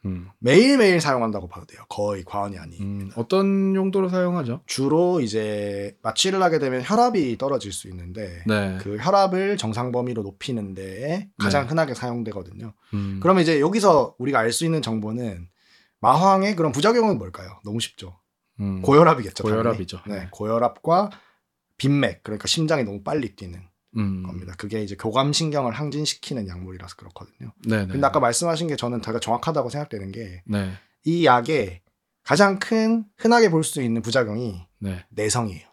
S1: 음.
S2: 매일매일 사용한다고 봐도 돼요. 거의 과언이 아닌.
S1: 음, 어떤 용도로 사용하죠?
S2: 주로 이제 마취를 하게 되면 혈압이 떨어질 수 있는데
S1: 네.
S2: 그 혈압을 정상 범위로 높이는 데에 가장
S1: 네.
S2: 흔하게 사용되거든요.
S1: 음.
S2: 그러면 이제 여기서 우리가 알 수 있는 정보는 마황의 그런 부작용은 뭘까요? 너무 쉽죠.
S1: 음.
S2: 고혈압이겠죠. 당연히.
S1: 고혈압이죠.
S2: 네, 고혈압과 빈맥 그러니까 심장이 너무 빨리 뛰는
S1: 음.
S2: 겁니다. 그게 이제 교감신경을 항진시키는 약물이라서 그렇거든요.
S1: 네. 네.
S2: 근데 아까 말씀하신 게 저는 되게 정확하다고 생각되는
S1: 네.
S2: 게 이 약의 가장 큰 흔하게 볼 수 있는 부작용이
S1: 네.
S2: 내성이에요.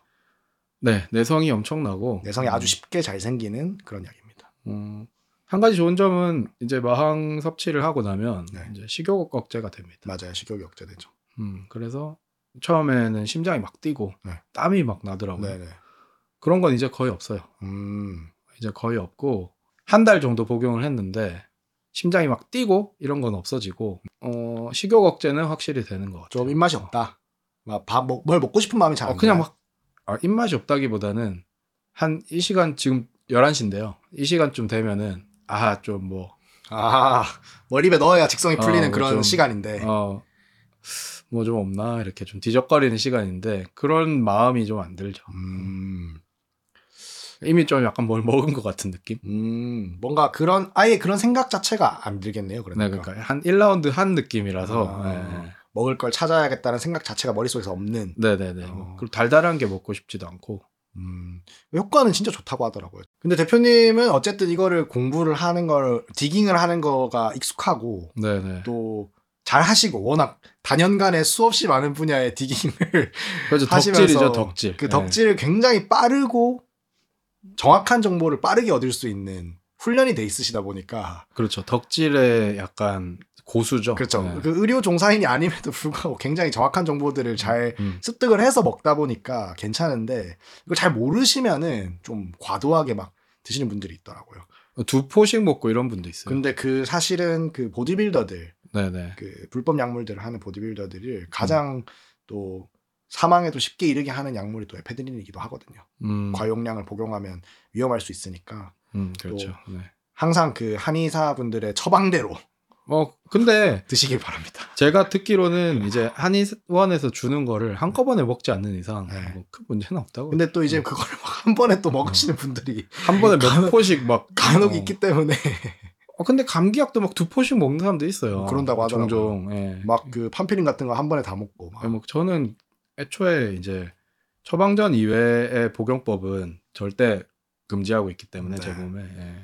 S1: 네. 내성이 엄청나고
S2: 내성이
S1: 음.
S2: 아주 쉽게 잘 생기는 그런 약입니다.
S1: 음, 한 가지 좋은 점은 이제 마항 섭취를 하고 나면
S2: 네.
S1: 이제 식욕 억제가 됩니다.
S2: 맞아요. 식욕이 억제되죠.
S1: 음, 그래서 처음에는 심장이 막 뛰고
S2: 네.
S1: 땀이 막 나더라고요.
S2: 네네.
S1: 그런 건 이제 거의 없어요.
S2: 음,
S1: 이제 거의 없고 한 달 정도 복용을 했는데 심장이 막 뛰고 이런 건 없어지고 어, 식욕 억제는 확실히 되는 것 같아요.
S2: 좀 입맛이 없다. 막밥뭘 먹고 싶은 마음이
S1: 어,
S2: 잘안
S1: 그냥 막 아, 입맛이 없다기보다는 한 이 시간 지금 11시인데요. 이 시간쯤 되면은 아 좀 뭐
S2: 아 머리에 넣어야 직성이 풀리는
S1: 어, 뭐
S2: 그런
S1: 좀-
S2: 시간인데.
S1: 어, 뭐 좀 없나 이렇게 좀 뒤적거리는 시간인데 그런 마음이 좀 안 들죠.
S2: 음,
S1: 이미 좀 약간 뭘 먹은 것 같은 느낌.
S2: 음, 뭔가 그런 아예 그런 생각 자체가 안 들겠네요. 그러니까,
S1: 네, 그러니까 한 1라운드 한 느낌이라서.
S2: 아.
S1: 네.
S2: 먹을 걸 찾아야겠다는 생각 자체가 머릿속에서 없는.
S1: 네, 네, 네. 뭐
S2: 어.
S1: 그리고 달달한 게 먹고 싶지도 않고.
S2: 음, 효과는 진짜 좋다고 하더라고요. 근데 대표님은 어쨌든 이거를 공부를 하는 걸 디깅을 하는 거가 익숙하고
S1: 네, 네.
S2: 또 잘 하시고 워낙 다년간의 수없이 많은 분야의 디깅을
S1: 그래서
S2: 하시면서
S1: 덕질이죠, 덕질. 네.
S2: 그 덕질을 굉장히 빠르고 정확한 정보를 빠르게 얻을 수 있는 훈련이 돼 있으시다 보니까
S1: 네, 그렇죠. 덕질의 약간 고수죠.
S2: 그렇죠.
S1: 네.
S2: 그 의료 종사인이 아님에도 불구하고 굉장히 정확한 정보들을 잘
S1: 음.
S2: 습득을 해서 먹다 보니까 괜찮은데 이걸 잘 모르시면은 좀 과도하게 막 드시는 분들이 있더라고요.
S1: 네. 두 포씩 먹고 이런 분도 있어요.
S2: 근데 그 사실은 그 보디빌더들
S1: 네, 네.
S2: 그 불법 약물들을 하는 보디빌더들을 가장 또 사망에도 쉽게 이르게 하는 약물이 또 에페드린이기도 하거든요.
S1: 음,
S2: 과용량을 복용하면 위험할 수 있으니까
S1: 음, 그렇죠. 네.
S2: 항상 그 한의사분들의 처방대로
S1: 어, 근데
S2: 드시길 바랍니다.
S1: 제가 듣기로는 이제 한의원에서 주는 거를 한꺼번에 먹지 않는 이상
S2: 네.
S1: 뭐큰 문제는 없다고.
S2: 근데 또
S1: 음.
S2: 이제 그걸 막 한 번에 또 먹으시는 분들이
S1: 한 번에 몇
S2: 간혹-
S1: 포씩 막
S2: 간혹
S1: 음. 어.
S2: 있기 때문에
S1: 어, 근데 감기약도 막 두 포씩 먹는 사람도 있어요.
S2: 음, 그런다고 하더라고요.
S1: 종종. 예.
S2: 막 그 판피린 같은 거 한 번에 다 먹고 막.
S1: 예, 뭐 저는 애초에 이제 처방전 이외의 복용법은 절대 금지하고 있기 때문에
S2: 네.
S1: 제 몸에. 예.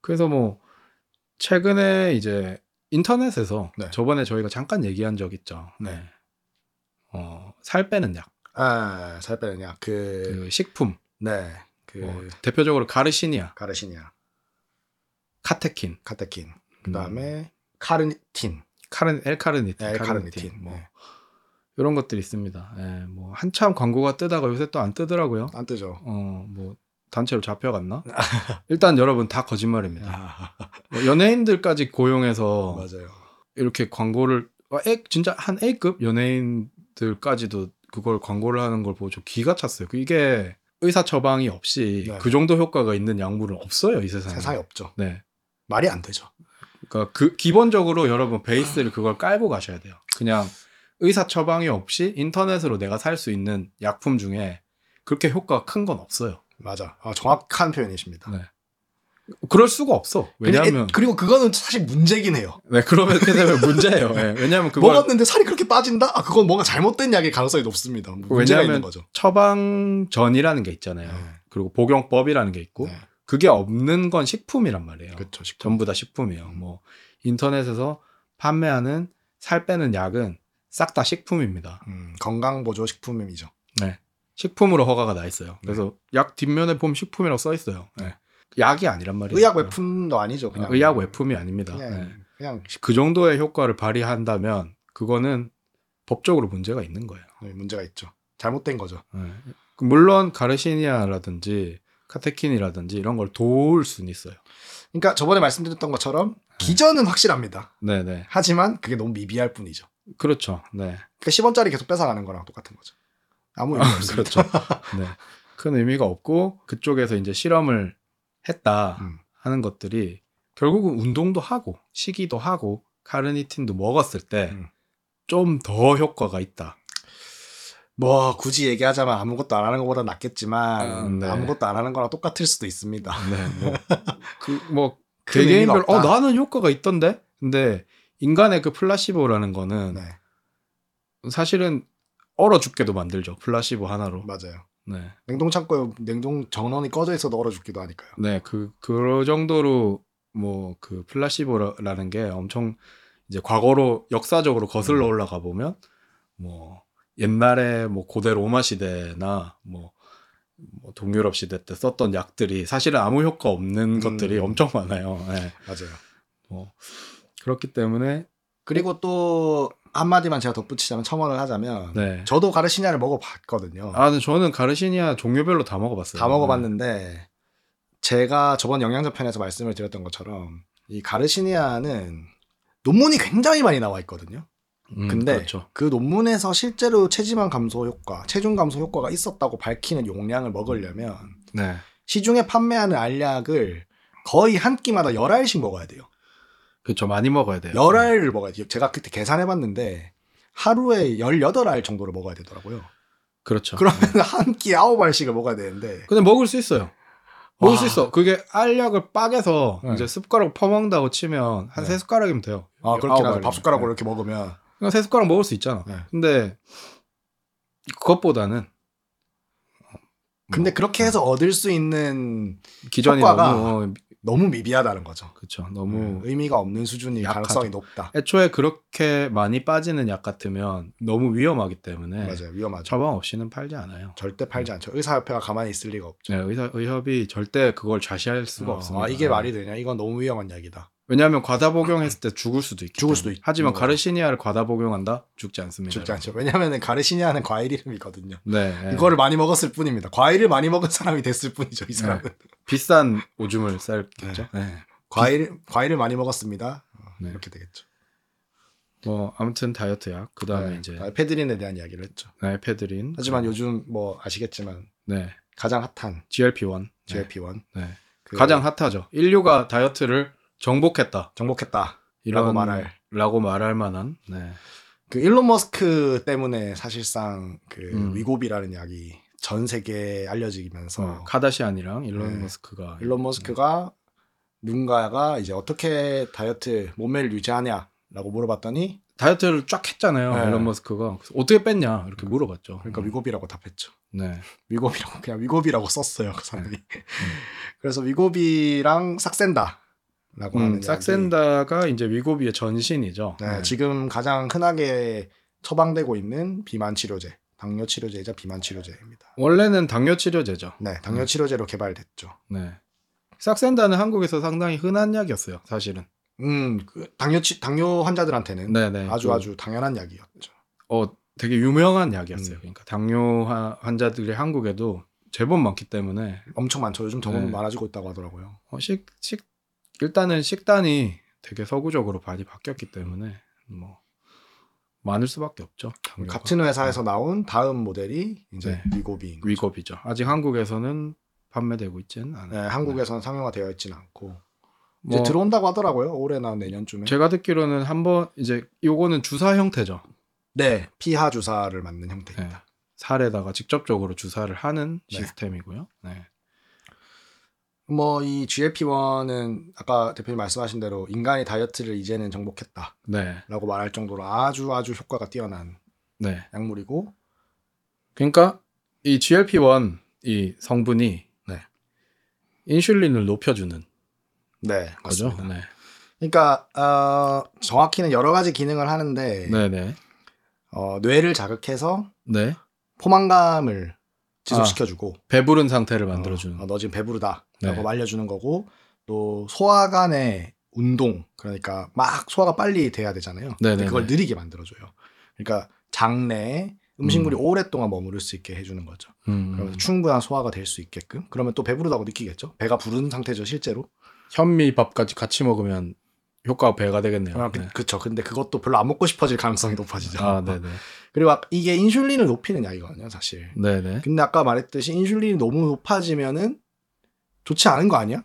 S1: 그래서 뭐 최근에 이제 인터넷에서
S2: 네.
S1: 저번에 저희가 잠깐 얘기한 적 있죠.
S2: 네.
S1: 어, 살 빼는 약,
S2: 아, 살 빼는 약. 그,
S1: 그 식품,
S2: 네. 그,
S1: 뭐 대표적으로 가르시니아,
S2: 가르시니아,
S1: 카테킨,
S2: 카테킨.
S1: 음.
S2: 그 다음에 카르틴.
S1: 카르 엘카르니틴,
S2: 네,
S1: 카르니틴,
S2: 카르니틴.
S1: 뭐
S2: 네.
S1: 이런 것들이 있습니다. 예, 뭐 한참 광고가 뜨다가 요새 또 안 뜨더라고요.
S2: 안 뜨죠.
S1: 어, 뭐 단체로 잡혀갔나? 일단 여러분 다 거짓말입니다.
S2: 아,
S1: 뭐 연예인들까지 고용해서
S2: 맞아요.
S1: 이렇게 광고를 와, A, 진짜 한 A급 연예인들까지도 그걸 광고를 하는 걸 보고 저 기가 찼어요. 그 이게 의사 처방이 없이
S2: 네.
S1: 그 정도 효과가 있는 약물은 없어요 이 세상에.
S2: 세상에 없죠.
S1: 네,
S2: 말이 안 되죠.
S1: 그러니까 그 기본적으로 여러분 베이스를 그걸 깔고 가셔야 돼요. 그냥 의사 처방이 없이 인터넷으로 내가 살 수 있는 약품 중에 그렇게 효과가 큰 건 없어요.
S2: 맞아. 아, 정확한 표현이십니다.
S1: 네. 그럴 수가 없어. 왜냐하면
S2: 그리고, 그리고 그거는 사실 문제긴 해요.
S1: 네 그러면 그게 되면 문제예요. 네, 왜냐하면 그걸
S2: 먹었는데 살이 그렇게 빠진다? 아, 그건 뭔가 잘못된 약일 가능성이 높습니다. 문제가
S1: 왜냐하면
S2: 있는 거죠.
S1: 처방 전이라는 게 있잖아요.
S2: 네.
S1: 그리고 복용법이라는 게 있고
S2: 네.
S1: 그게 없는 건 식품이란 말이에요.
S2: 그렇죠. 식품.
S1: 전부 다 식품이에요.
S2: 음.
S1: 뭐 인터넷에서 판매하는 살 빼는 약은 싹 다 식품입니다.
S2: 음, 건강 보조 식품이죠.
S1: 네. 식품으로 허가가 나 있어요. 그래서 약 뒷면에 보면 식품이라고 써 있어요. 예.
S2: 네.
S1: 약이 아니란 말이에요.
S2: 의약 외품도 아니죠.
S1: 어,
S2: 그냥
S1: 의약 외품이 아닙니다.
S2: 그냥,
S1: 네.
S2: 그냥
S1: 그 정도의 효과를 발휘한다면 그거는 법적으로 문제가 있는 거예요.
S2: 네, 문제가 있죠. 잘못된 거죠.
S1: 예. 그 물론 가르시니아라든지 카테킨이라든지 이런 걸 도울 수는 있어요.
S2: 그러니까 저번에 말씀드렸던 것처럼
S1: 네.
S2: 기전은 확실합니다.
S1: 네네.
S2: 하지만 그게 너무 미비할 뿐이죠.
S1: 그렇죠. 네.
S2: 그러니까 10원짜리 계속 뺏어가는 거랑 똑같은 거죠. 아무 의미 없습니다.
S1: 그렇죠. 네. 큰 의미가 없고 그쪽에서 이제 실험을 했다
S2: 음.
S1: 하는 것들이 결국은 운동도 하고 식이도 하고 카르니틴도 먹었을
S2: 음.
S1: 때 좀 더 효과가 있다.
S2: 뭐 굳이 얘기하자면 아무것도 안 하는 것보다 낫겠지만
S1: 아, 네.
S2: 아무것도 안 하는 거랑 똑같을 수도 있습니다.
S1: 네. 뭐, 그, 뭐
S2: 큰 의미가
S1: 개개인별 어
S2: 없다.
S1: 나는 효과가 있던데. 근데 인간의 그 플라시보라는 거는
S2: 네,
S1: 사실은 얼어 죽게도 만들죠. 플라시보 하나로.
S2: 맞아요.
S1: 네.
S2: 냉동 창고에 냉동 정원이 꺼져 있어도 얼어 죽기도 하니까요.
S1: 네, 그, 그 정도로 뭐 그 플라시보라는 게 엄청 이제 과거로 역사적으로 거슬러
S2: 음.
S1: 올라가 보면 뭐 옛날에 뭐 고대 로마 시대나 뭐, 뭐 동유럽 시대 때 썼던 약들이 사실은 아무 효과 없는
S2: 음.
S1: 것들이 엄청 많아요. 네,
S2: 맞아요.
S1: 뭐 그렇기 때문에
S2: 그리고 또 한마디만 제가 덧붙이자면 첨언을 하자면
S1: 네.
S2: 저도 가르시냐를 먹어봤거든요.
S1: 아, 음. 근데 저는 가르시니아 종류별로 다 먹어봤어요.
S2: 다 먹어봤는데 제가 저번 영양제 편에서 말씀을 드렸던 것처럼 이 가르시니아는 논문이 굉장히 많이 나와 있거든요.
S1: 음,
S2: 근데
S1: 그렇죠.
S2: 그 논문에서 실제로 체지방 감소 효과, 체중 감소 효과가 있었다고 밝히는 용량을 먹으려면
S1: 네.
S2: 시중에 판매하는 알약을 거의 한 끼마다 10알씩 먹어야 돼요.
S1: 그렇죠. 많이 먹어야
S2: 네.
S1: 돼요.
S2: 10알을 먹어야 돼요. 제가 그때 계산해 봤는데 하루에 18알 정도를 먹어야 되더라고요.
S1: 그렇죠.
S2: 그러면 한 끼 9알씩을 먹어야 되는데
S1: 근데 먹을 수 있어요. 먹을
S2: 와.
S1: 수 있어. 그게 알약을 빡에서
S2: 네.
S1: 이제 숟가락 퍼먹는다고 치면 한
S2: 네.
S1: 세 숟가락이면 돼요.
S2: 아, 그렇긴
S1: 아홉
S2: 하죠.
S1: 알이면.
S2: 밥숟가락으로 이렇게 먹으면
S1: 그냥 세 숟가락 먹을 수 있잖아.
S2: 네.
S1: 근데 그것보다는
S2: 근데 그렇게 해서 얻을 수 있는
S1: 기전이
S2: 효과가- 네.
S1: 너무 어,
S2: 너무 미비하다는 거죠.
S1: 그쵸. 너무
S2: 의미가 없는 수준이
S1: 약하죠.
S2: 가능성이 높다.
S1: 애초에 그렇게 많이 빠지는 약 같으면 너무 위험하기 때문에
S2: 맞아요. 위험하죠.
S1: 처방 없이는 팔지 않아요.
S2: 절대 팔지 않죠. 의사협회가 가만히 있을 리가 없죠.
S1: 네, 의사 의협이 절대 그걸 자시할 수가
S2: 어,
S1: 없습니다. 네.
S2: 아, 이게 말이 되냐? 이건 너무 위험한 약이다.
S1: 왜냐하면 과다 복용했을 때 죽을 수도 있기
S2: 죽을 수도
S1: 때문에.
S2: 있-
S1: 하지만
S2: 있는 거죠.
S1: 가르시니아를 과다 복용한다 죽지 않습니다.
S2: 죽지 않죠. 왜냐하면 가르시니아는 과일 이름이거든요.
S1: 네, 네.
S2: 이거를 많이 먹었을 뿐입니다. 과일을 많이 먹은 사람이 됐을 뿐이죠. 이 사람은
S1: 비싼 오줌을 쌀겠죠. 네.
S2: 과일 과일을 많이 먹었습니다. 어,
S1: 네.
S2: 이렇게 되겠죠.
S1: 뭐 아무튼 다이어트 약. 그다음에
S2: 네.
S1: 이제
S2: 아, 페드린에 대한 이야기를 했죠.
S1: 알페드린.
S2: 하지만 요즘 뭐 아시겠지만
S1: 네.
S2: 가장 핫한
S1: GLP-1. 네.
S2: GLP-1
S1: 네.
S2: 그
S1: 가장 핫하죠. 인류가 다이어트를 정복했다.
S2: 정복했다.
S1: 이런
S2: 라고 말할.
S1: 라고 말할 만한. 네.
S2: 그 일론 머스크 때문에 사실상 그
S1: 음.
S2: 위고비라는 약이 전 세계에 알려지면서
S1: 어, 카다시안이랑 일론
S2: 네.
S1: 머스크가
S2: 일론 머스크가 누군가가 이제 어떻게 다이어트 몸매를 유지하냐라고 물어봤더니
S1: 다이어트를 쫙 했잖아요.
S2: 네.
S1: 일론 머스크가. 그래서 어떻게 뺐냐? 이렇게 물어봤죠. 음.
S2: 그러니까 위고비라고 답했죠.
S1: 네.
S2: 위고비라고
S1: 음.
S2: 그냥 위고비라고 썼어요 그 사람이. 그래서 위고비랑 싹센다 라고 하는
S1: 음,
S2: 이야기.
S1: 싹센다가 이제 위고비의 전신이죠.
S2: 네, 지금 가장 흔하게 처방되고 있는 비만 치료제, 당뇨 치료제이자 비만 치료제입니다.
S1: 원래는 당뇨 치료제죠.
S2: 네, 당뇨
S1: 음.
S2: 치료제로 개발됐죠.
S1: 네. 싹센다는 한국에서 상당히 흔한 약이었어요, 사실은.
S2: 음, 그 당뇨 치, 당뇨 환자들한테는
S1: 네네.
S2: 아주
S1: 그,
S2: 아주 당연한 약이었죠.
S1: 어 되게 유명한 약이었어요.
S2: 음.
S1: 그러니까 당뇨 화- 환자들이 한국에도 제법 많기 때문에
S2: 엄청 많죠. 요즘 점점
S1: 네.
S2: 많아지고 있다고 하더라고요.
S1: 어, 식, 식 일단은 식단이 되게 서구적으로 많이 바뀌었기 때문에 뭐 많을 수밖에 없죠. 당뇨가.
S2: 같은 회사에서 나온 다음 모델이 이제
S1: 네.
S2: 위고비인 거죠.
S1: 위급이죠. 아직 한국에서는 판매되고 있지는 않아요.
S2: 네, 한국에서는 상용화되어 있지는 않고 이제
S1: 뭐
S2: 들어온다고 하더라고요. 올해나 내년쯤에.
S1: 제가 듣기로는 한번 이제 요거는 주사 형태죠.
S2: 네, 피하 주사를 맞는
S1: 네.
S2: 형태입니다.
S1: 살에다가 직접적으로 주사를 하는
S2: 네.
S1: 시스템이고요. 네.
S2: 뭐 이 GLP-1은 아까 대표님 말씀하신 대로 인간이 다이어트를 이제는 정복했다라고
S1: 네.
S2: 말할 정도로 아주 아주 효과가 뛰어난
S1: 네.
S2: 약물이고
S1: 그러니까 이 GLP-1 이 성분이
S2: 네.
S1: 인슐린을 높여주는
S2: 네,
S1: 거죠.
S2: 맞습니다.
S1: 네.
S2: 그러니까 어, 정확히는 여러 가지 기능을 하는데
S1: 네, 네.
S2: 어, 뇌를 자극해서
S1: 네.
S2: 포만감을 지속시켜주고
S1: 배부른 상태를 만들어 주는.
S2: 어, 너 지금 배부르다라고
S1: 네.
S2: 말려주는 거고 또 소화관의 운동 그러니까 막 소화가 빨리 돼야 되잖아요. 근데
S1: 네네네.
S2: 그걸 느리게 만들어줘요. 그러니까 장내에 음식물이 오랫동안 머무를 수 있게 해주는 거죠.
S1: 음.
S2: 그러면서 충분한 소화가 될 수 있게끔. 그러면 또 배부르다고 느끼겠죠. 배가 부른 상태죠 실제로.
S1: 현미밥까지 같이 먹으면 효과가 배가 되겠네요.
S2: 아, 그렇죠. 그, 그쵸. 근데 그것도 별로 안 먹고 싶어질 가능성이 높아지죠.
S1: 아, 네, 네.
S2: 그리고 아까 이게 인슐린을 높이는 약이거든요, 사실.
S1: 네, 네.
S2: 근데 아까 말했듯이 인슐린이 너무 높아지면은 좋지 않은 거 아니야?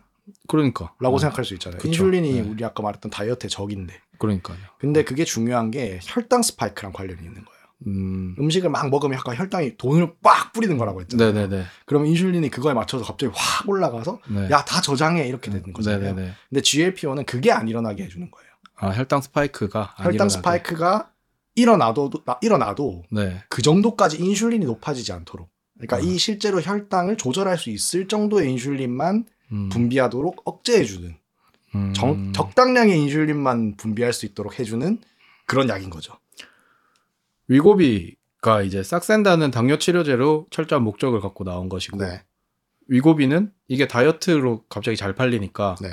S1: 그러니까.
S2: 라고
S1: 음,
S2: 생각할 수 있잖아요.
S1: 그쵸.
S2: 인슐린이
S1: 네. 음.
S2: 우리 아까 말했던 다이어트의 적인데.
S1: 그러니까요.
S2: 근데 그게 중요한 게 혈당 스파이크랑 관련이 있는 거예요.
S1: 음.
S2: 음식을 막 먹으면 약간 혈당이 돈을 빡 뿌리는 거라고 했잖아요.
S1: 네, 네, 네.
S2: 그러면 인슐린이 그거에 맞춰서 갑자기 확 올라가서
S1: 네.
S2: 야 다 저장해 이렇게 되는 거잖아요.
S1: 네, 네, 네.
S2: 근데 GLP-1은 그게 안 일어나게 해주는 거예요.
S1: 아, 혈당 스파이크가 안
S2: 혈당
S1: 일어나게.
S2: 스파이크가 일어나도 나- 일어나도
S1: 네.
S2: 그 정도까지 인슐린이 높아지지 않도록. 그러니까
S1: 아.
S2: 이 실제로 혈당을 조절할 수 있을 정도의 인슐린만
S1: 음.
S2: 분비하도록 억제해주는
S1: 음.
S2: 정- 적당량의 인슐린만 분비할 수 있도록 해주는 그런 약인 거죠.
S1: 위고비가 이제 싹센다는 당뇨 치료제로 철저한 목적을 갖고 나온 것이고
S2: 네,
S1: 위고비는 이게 다이어트로 갑자기 잘 팔리니까
S2: 네.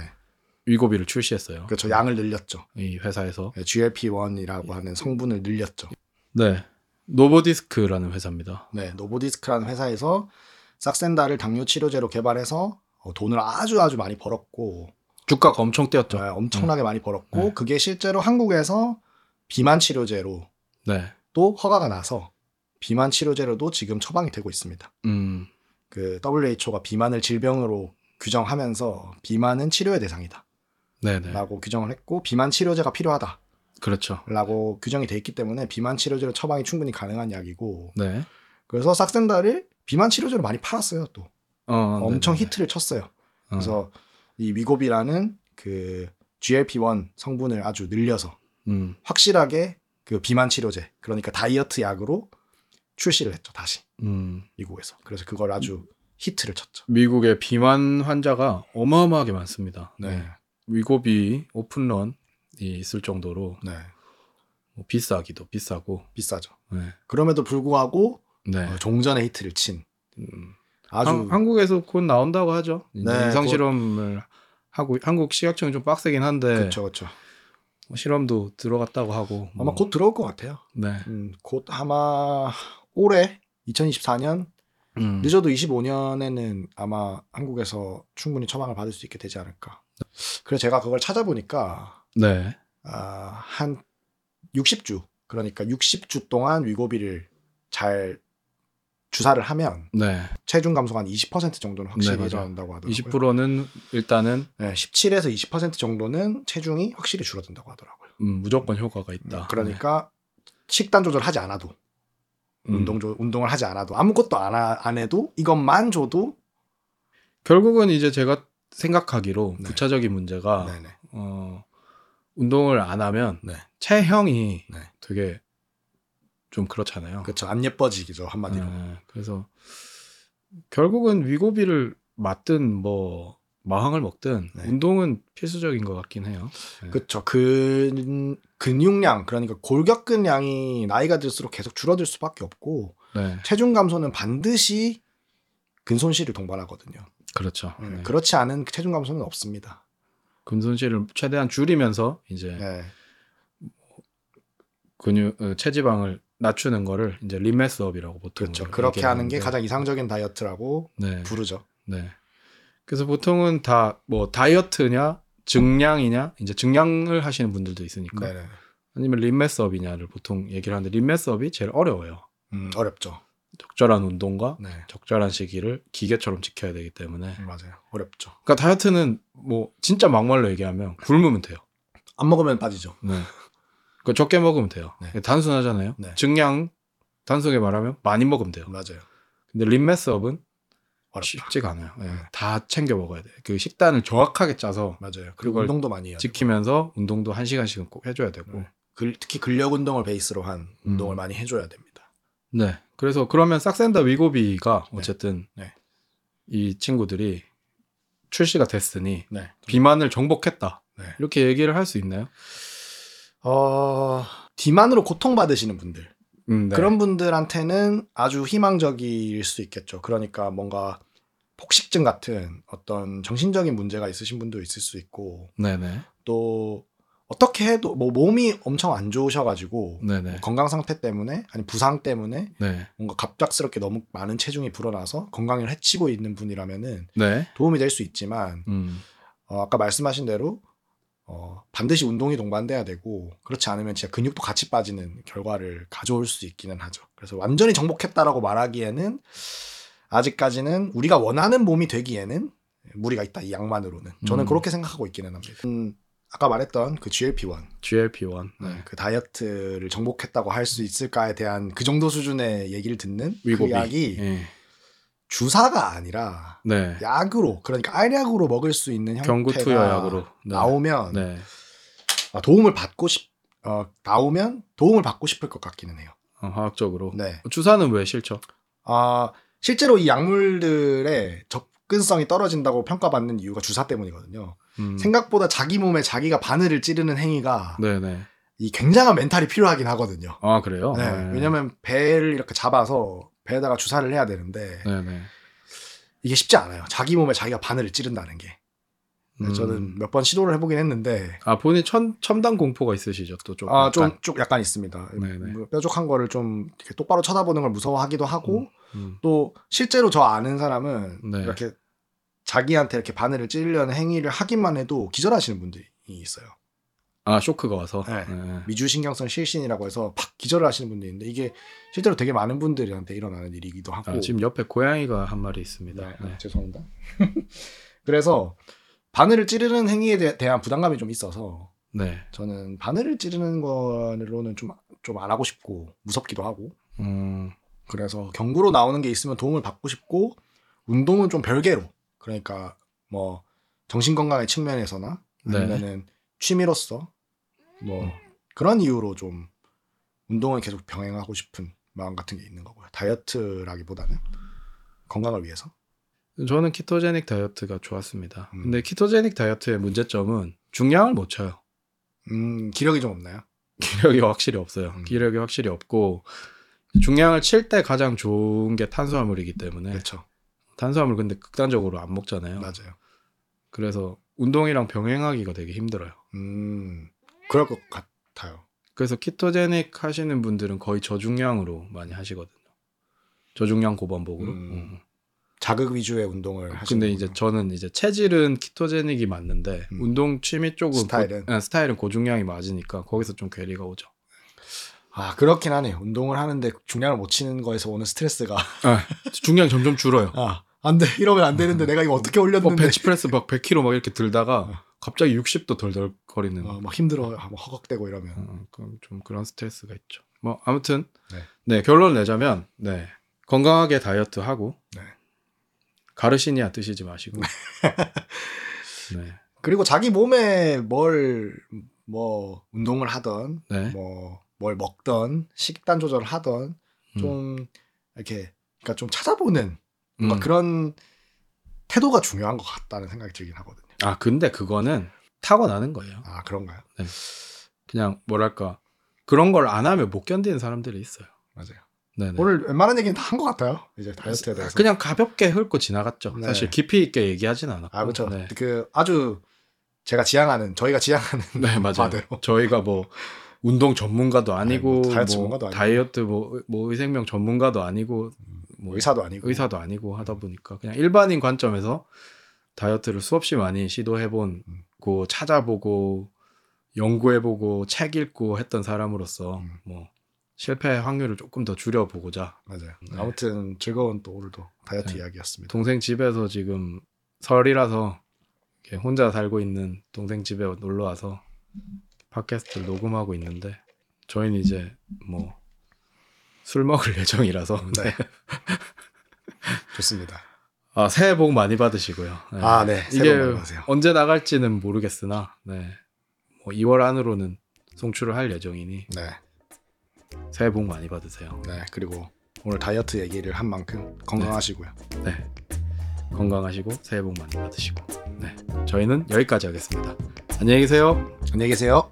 S1: 위고비를 출시했어요.
S2: 그렇죠. 양을 늘렸죠.
S1: 이 회사에서
S2: 네, GLP-1이라고
S1: 예.
S2: 하는 성분을 늘렸죠.
S1: 네 노보디스크라는 회사입니다.
S2: 네, 노보디스크라는 회사에서 싹센다를 당뇨 치료제로 개발해서 어, 돈을 아주 아주 많이 벌었고
S1: 주가가 엄청 뛰었죠.
S2: 네, 엄청나게 많이 벌었고
S1: 네.
S2: 그게 실제로 한국에서 비만 치료제로
S1: 네,
S2: 또 허가가 나서 비만 치료제로도 지금 처방이 되고 있습니다.
S1: 음,
S2: 그 WHO가 비만을 질병으로 규정하면서 비만은 치료의 대상이다라고
S1: 네, 네,
S2: 규정을 했고 비만 치료제가 필요하다라고
S1: 그렇죠.
S2: 규정이 돼 있기 때문에 비만 치료제로 처방이 충분히 가능한 약이고
S1: 네,
S2: 그래서 싹센다를 비만 치료제로 많이 팔았어요 또
S1: 어,
S2: 엄청
S1: 네네네.
S2: 히트를 쳤어요.
S1: 어,
S2: 그래서 이 위고비라는 그 GLP-1 성분을 아주 늘려서
S1: 음,
S2: 확실하게 그 비만 치료제 그러니까 다이어트 약으로 출시를 했죠 다시
S1: 음.
S2: 미국에서. 그래서 그걸 아주 히트를 쳤죠.
S1: 미국의 비만 환자가 어마어마하게 많습니다.
S2: 네,
S1: 위고비 오픈런이 있을 정도로
S2: 네,
S1: 뭐 비싸기도 비싸고.
S2: 비싸죠.
S1: 네,
S2: 그럼에도 불구하고
S1: 네.
S2: 어, 종전의 히트를 친
S1: 음.
S2: 아주
S1: 한- 한국에서 곧 나온다고 하죠. 이제
S2: 네,
S1: 임상
S2: 곧-
S1: 실험을 하고 한국 식약청이 좀 빡세긴 한데
S2: 그렇죠, 그렇죠.
S1: 뭐 실험도 들어갔다고 하고
S2: 아마
S1: 뭐,
S2: 곧 들어올 것 같아요.
S1: 네.
S2: 음, 곧 아마 올해 2024년
S1: 음.
S2: 늦어도 25년에는 아마 한국에서 충분히 처방을 받을 수 있게 되지 않을까. 그래서 제가 그걸 찾아보니까
S1: 네.
S2: 아, 한 60주 그러니까 60주 동안 위고비를 잘 주사를 하면
S1: 네.
S2: 체중 감소가 한 20% 정도는 확실히
S1: 네, 맞아요.
S2: 일어난다고 하더라고요.
S1: 20%는 일단은
S2: 네, 17에서 20% 정도는 체중이 확실히 줄어든다고 하더라고요.
S1: 음, 무조건 효과가 있다.
S2: 그러니까 식단 조절하지 않아도
S1: 네. 음.
S2: 운동 조, 운동을 하지 않아도 아무것도 안, 하- 안 해도 이것만 줘도
S1: 결국은 이제 제가 생각하기로
S2: 네.
S1: 부차적인 문제가
S2: 네네.
S1: 어, 운동을 안 하면
S2: 네.
S1: 체형이
S2: 네.
S1: 되게 좀 그렇잖아요.
S2: 그렇죠. 안 예뻐지기죠 한마디로.
S1: 네, 그래서 결국은 위고비를 맞든 뭐 마항을 먹든
S2: 네.
S1: 운동은 필수적인 것 같긴 해요.
S2: 그렇죠. 근 근육량 그러니까 골격근량이 나이가 들수록 계속 줄어들 수밖에 없고
S1: 네,
S2: 체중 감소는 반드시 근손실을 동반하거든요.
S1: 그렇죠.
S2: 음,
S1: 네.
S2: 그렇지 않은 체중 감소는 없습니다.
S1: 금손실을 최대한 줄이면서 이제
S2: 네.
S1: 근육 어, 체지방을 낮추는 거를 이제 리메스업이라고 보통
S2: 그렇죠. 그렇게 하는 게 가장 이상적인 다이어트라고
S1: 네,
S2: 부르죠.
S1: 네. 그래서 보통은 다 뭐 다이어트냐 증량이냐 이제 증량을 하시는 분들도 있으니까
S2: 네. 네.
S1: 아니면 림메스업이냐를 보통 얘기를 하는데 림메스업이 제일 어려워요.
S2: 음, 어렵죠.
S1: 적절한 운동과
S2: 네.
S1: 적절한 시기를 기계처럼 지켜야 되기 때문에
S2: 음, 맞아요. 어렵죠.
S1: 그러니까 다이어트는 뭐 진짜 막말로 얘기하면 굶으면 돼요.
S2: 안 먹으면 빠지죠.
S1: 네. 그 적게 먹으면 돼요. 예,
S2: 네.
S1: 단순하잖아요.
S2: 네.
S1: 증량 단순하게 말하면 많이 먹으면 돼요.
S2: 맞아요.
S1: 근데 림메스업은
S2: 어렵죠.
S1: 쉽지가 않아요. 예,
S2: 네.
S1: 다 챙겨 먹어야 돼. 요그 식단을 정확하게 짜서
S2: 맞아요. 그리고
S1: 그걸
S2: 운동도 많이 해요.
S1: 지키면서 운동도 한 시간씩은 꼭 해줘야 되고.
S2: 네. 특히 근력 운동을 베이스로 한 운동을 많이 해줘야 됩니다.
S1: 네. 그래서 그러면 싹센다 위고비가
S2: 네.
S1: 어쨌든
S2: 네.
S1: 이 친구들이 출시가 됐으니
S2: 네.
S1: 비만을 정복했다.
S2: 네.
S1: 이렇게 얘기를 할 수 있나요?
S2: 어, 비만으로 고통받으시는 분들.
S1: 음, 네.
S2: 그런 분들한테는 아주 희망적일 수 있겠죠. 그러니까 뭔가 폭식증 같은 어떤 정신적인 문제가 있으신 분도 있을 수 있고,
S1: 네네.
S2: 또 어떻게 해도 뭐 몸이 엄청 안 좋으셔가지고,
S1: 네네.
S2: 건강 상태 때문에, 아니 부상 때문에
S1: 네.
S2: 뭔가 갑작스럽게 너무 많은 체중이 불어나서 건강을 해치고 있는 분이라면은
S1: 네.
S2: 도움이 될 수 있지만
S1: 음.
S2: 어, 아까 말씀하신 대로 어, 반드시 운동이 동반돼야 되고 그렇지 않으면 진짜 근육도 같이 빠지는 결과를 가져올 수 있기는 하죠. 그래서 완전히 정복했다라고 말하기에는 아직까지는 우리가 원하는 몸이 되기에는 무리가 있다 이 양만으로는 저는
S1: 음.
S2: 그렇게 생각하고 있기는 합니다. 음, 아까 말했던 그 GLP-1
S1: GLP-1. 네.
S2: 그 다이어트를 정복했다고 할 수 있을까에 대한 그 정도 수준의 얘기를 듣는 그
S1: 위고비.
S2: 약이
S1: 예.
S2: 주사가 아니라
S1: 네.
S2: 약으로 그러니까 알약으로 먹을 수 있는
S1: 경구 투여
S2: 형태가
S1: 약으로. 네.
S2: 나오면
S1: 네.
S2: 아, 도움을 받고 싶 어, 나오면 도움을 받고 싶을 것 같기는 해요.
S1: 어, 화학적으로.
S2: 네.
S1: 주사는 왜 싫죠?
S2: 아, 실제로 이 약물들의 접근성이 떨어진다고 평가받는 이유가 주사 때문이거든요.
S1: 음.
S2: 생각보다 자기 몸에 자기가 바늘을 찌르는 행위가
S1: 네네.
S2: 이 굉장한 멘탈이 필요하긴 하거든요.
S1: 아, 그래요?
S2: 네, 왜냐면 배를 이렇게 잡아서 배에다가 주사를 해야 되는데
S1: 네네.
S2: 이게 쉽지 않아요. 자기 몸에 자기가 바늘을 찌른다는 게. 네,
S1: 음.
S2: 저는 몇 번 시도를 해보긴 했는데
S1: 아, 본인 천, 첨단 공포가 있으시죠, 또 좀.
S2: 아, 좀,
S1: 약간.
S2: 좀 약간 있습니다.
S1: 네네.
S2: 뭐 뾰족한 거를 좀 이렇게 똑바로 쳐다보는 걸 무서워하기도 하고
S1: 음.
S2: 또 실제로 저 아는 사람은
S1: 네.
S2: 이렇게 자기한테 이렇게 바늘을 찌르려는 행위를 하기만 해도 기절하시는 분들이 있어요.
S1: 아, 쇼크가 와서.
S2: 네.
S1: 네.
S2: 미주신경성 실신이라고 해서 팍 기절을 하시는 분들이 있는데 이게 실제로 되게 많은 분들한테 일어나는 일이기도 하고
S1: 아, 지금 옆에 고양이가 한 마리 있습니다.
S2: 네,
S1: 네.
S2: 아, 죄송합니다. 그래서 바늘을 찌르는 행위에 대, 한 부담감이 좀 있어서
S1: 네.
S2: 저는 바늘을 찌르는 거로는 좀 좀 안 하고 싶고 무섭기도 하고
S1: 음,
S2: 그래서 경구로 나오는 게 있으면 도움을 받고 싶고 운동은 좀 별개로 그러니까 뭐 정신 건강의 측면에서나
S1: 네.
S2: 아니면은 취미로서 뭐 그런 이유로 좀 운동을 계속 병행하고 싶은 마음 같은 게 있는 거고요 다이어트라기보다는 건강을 위해서
S1: 저는 키토제닉 다이어트가 좋았습니다.
S2: 음.
S1: 근데 키토제닉 다이어트의 문제점은 중량을 못 쳐요.
S2: 음 기력이 좀 없나요?
S1: 기력이 확실히 없어요.
S2: 음.
S1: 기력이 확실히 없고 중량을 칠 때 가장 좋은 게 탄수화물이기 때문에
S2: 그렇죠
S1: 탄수화물 근데 극단적으로 안 먹잖아요.
S2: 맞아요
S1: 그래서 운동이랑 병행하기가 되게 힘들어요.
S2: 음 그럴 것 같아요
S1: 그래서 키토제닉 하시는 분들은 거의 저중량으로 많이 하시거든요. 저중량 고반복으로.
S2: 음.
S1: 음.
S2: 자극 위주의 운동을 하시는
S1: 근데 이제
S2: 거군요.
S1: 저는 이제 체질은 키토제닉이 맞는데
S2: 음.
S1: 운동 취미 쪽은
S2: 스타일은?
S1: 고, 아, 스타일은 고중량이 맞으니까 거기서 좀 괴리가 오죠.
S2: 아 그렇긴 하네요 운동을 하는데 중량을 못 치는 거에서 오는 스트레스가
S1: 중량이 점점 줄어요.
S2: 아, 안 돼. 이러면 안 되는데 내가 이거 어떻게 올렸는데.
S1: 뭐 벤치프레스 막 100kg 막 이렇게 들다가 갑자기 60도 덜덜거리는
S2: 어, 막 힘들어. 아, 막 허걱대고 이러면.
S1: 어, 그럼 좀 그런 스트레스가 있죠. 뭐 아무튼
S2: 네.
S1: 네, 결론 내자면 네 건강하게 다이어트 하고
S2: 네.
S1: 가르시니아 드시지 마시고 네,
S2: 그리고 자기 몸에 뭘, 뭐, 운동을 하던,
S1: 네.
S2: 뭐, 뭘 먹던, 식단 조절을
S1: 음.
S2: 하던, 좀, 이렇게, 그러니까 좀 찾아보는, 뭔가
S1: 음,
S2: 그런 태도가 중요한 것 같다는 생각이 들긴 하거든요.
S1: 아 근데 그거는 타고나는 거예요.
S2: 아 그런가요?
S1: 그냥 뭐랄까 그런 걸 안 하면 못 견디는 사람들이 있어요.
S2: 맞아요.
S1: 네네.
S2: 오늘 웬만한 얘기는 다 한 것 같아요. 이제 다이어트에 대해서.
S1: 그냥 가볍게 훑고 지나갔죠.
S2: 네.
S1: 사실 깊이 있게 얘기하진 않았고.
S2: 아 그렇죠.
S1: 네.
S2: 그 아주 제가 지향하는 저희가 지향하는
S1: 네, 맞아요.
S2: 바대로.
S1: 저희가 뭐 운동 전문가도 아니고
S2: 네, 뭐 다이어트
S1: 뭐
S2: 전문가도 아니고. 음,
S1: 다이어트 뭐, 뭐 의생명 전문가도 아니고 뭐
S2: 의사도 아니고
S1: 의사도 아니고 하다 보니까 그냥 일반인 관점에서 다이어트를 수없이 많이 시도해본
S2: 음.
S1: 고 찾아보고 연구해보고 책 읽고 했던 사람으로서
S2: 음.
S1: 뭐 실패 확률을 조금 더 줄여보고자
S2: 맞아요.
S1: 네.
S2: 아무튼 즐거운 또 오늘도 다이어트
S1: 네.
S2: 이야기였습니다.
S1: 동생 집에서 지금 설이라서 이렇게 혼자 살고 있는 동생 집에 놀러 와서 팟캐스트를 녹음하고 있는데 저희는 이제 뭐 술 먹을 예정이라서
S2: 네. 좋습니다.
S1: 아, 새해 복 많이 받으시고요. 네.
S2: 아, 네. 새해
S1: 이게
S2: 복 많이 받으세요.
S1: 언제 나갈지는 모르겠으나 네. 뭐 2월 안으로는 송출을 할 예정이니
S2: 네.
S1: 새해 복 많이 받으세요.
S2: 네. 그리고 오늘 다이어트 얘기를 한 만큼 건강하시고요.
S1: 네. 건강하시고 새해 복 많이 받으시고. 네. 저희는 여기까지 하겠습니다. 안녕히 계세요.
S2: 안녕히 계세요.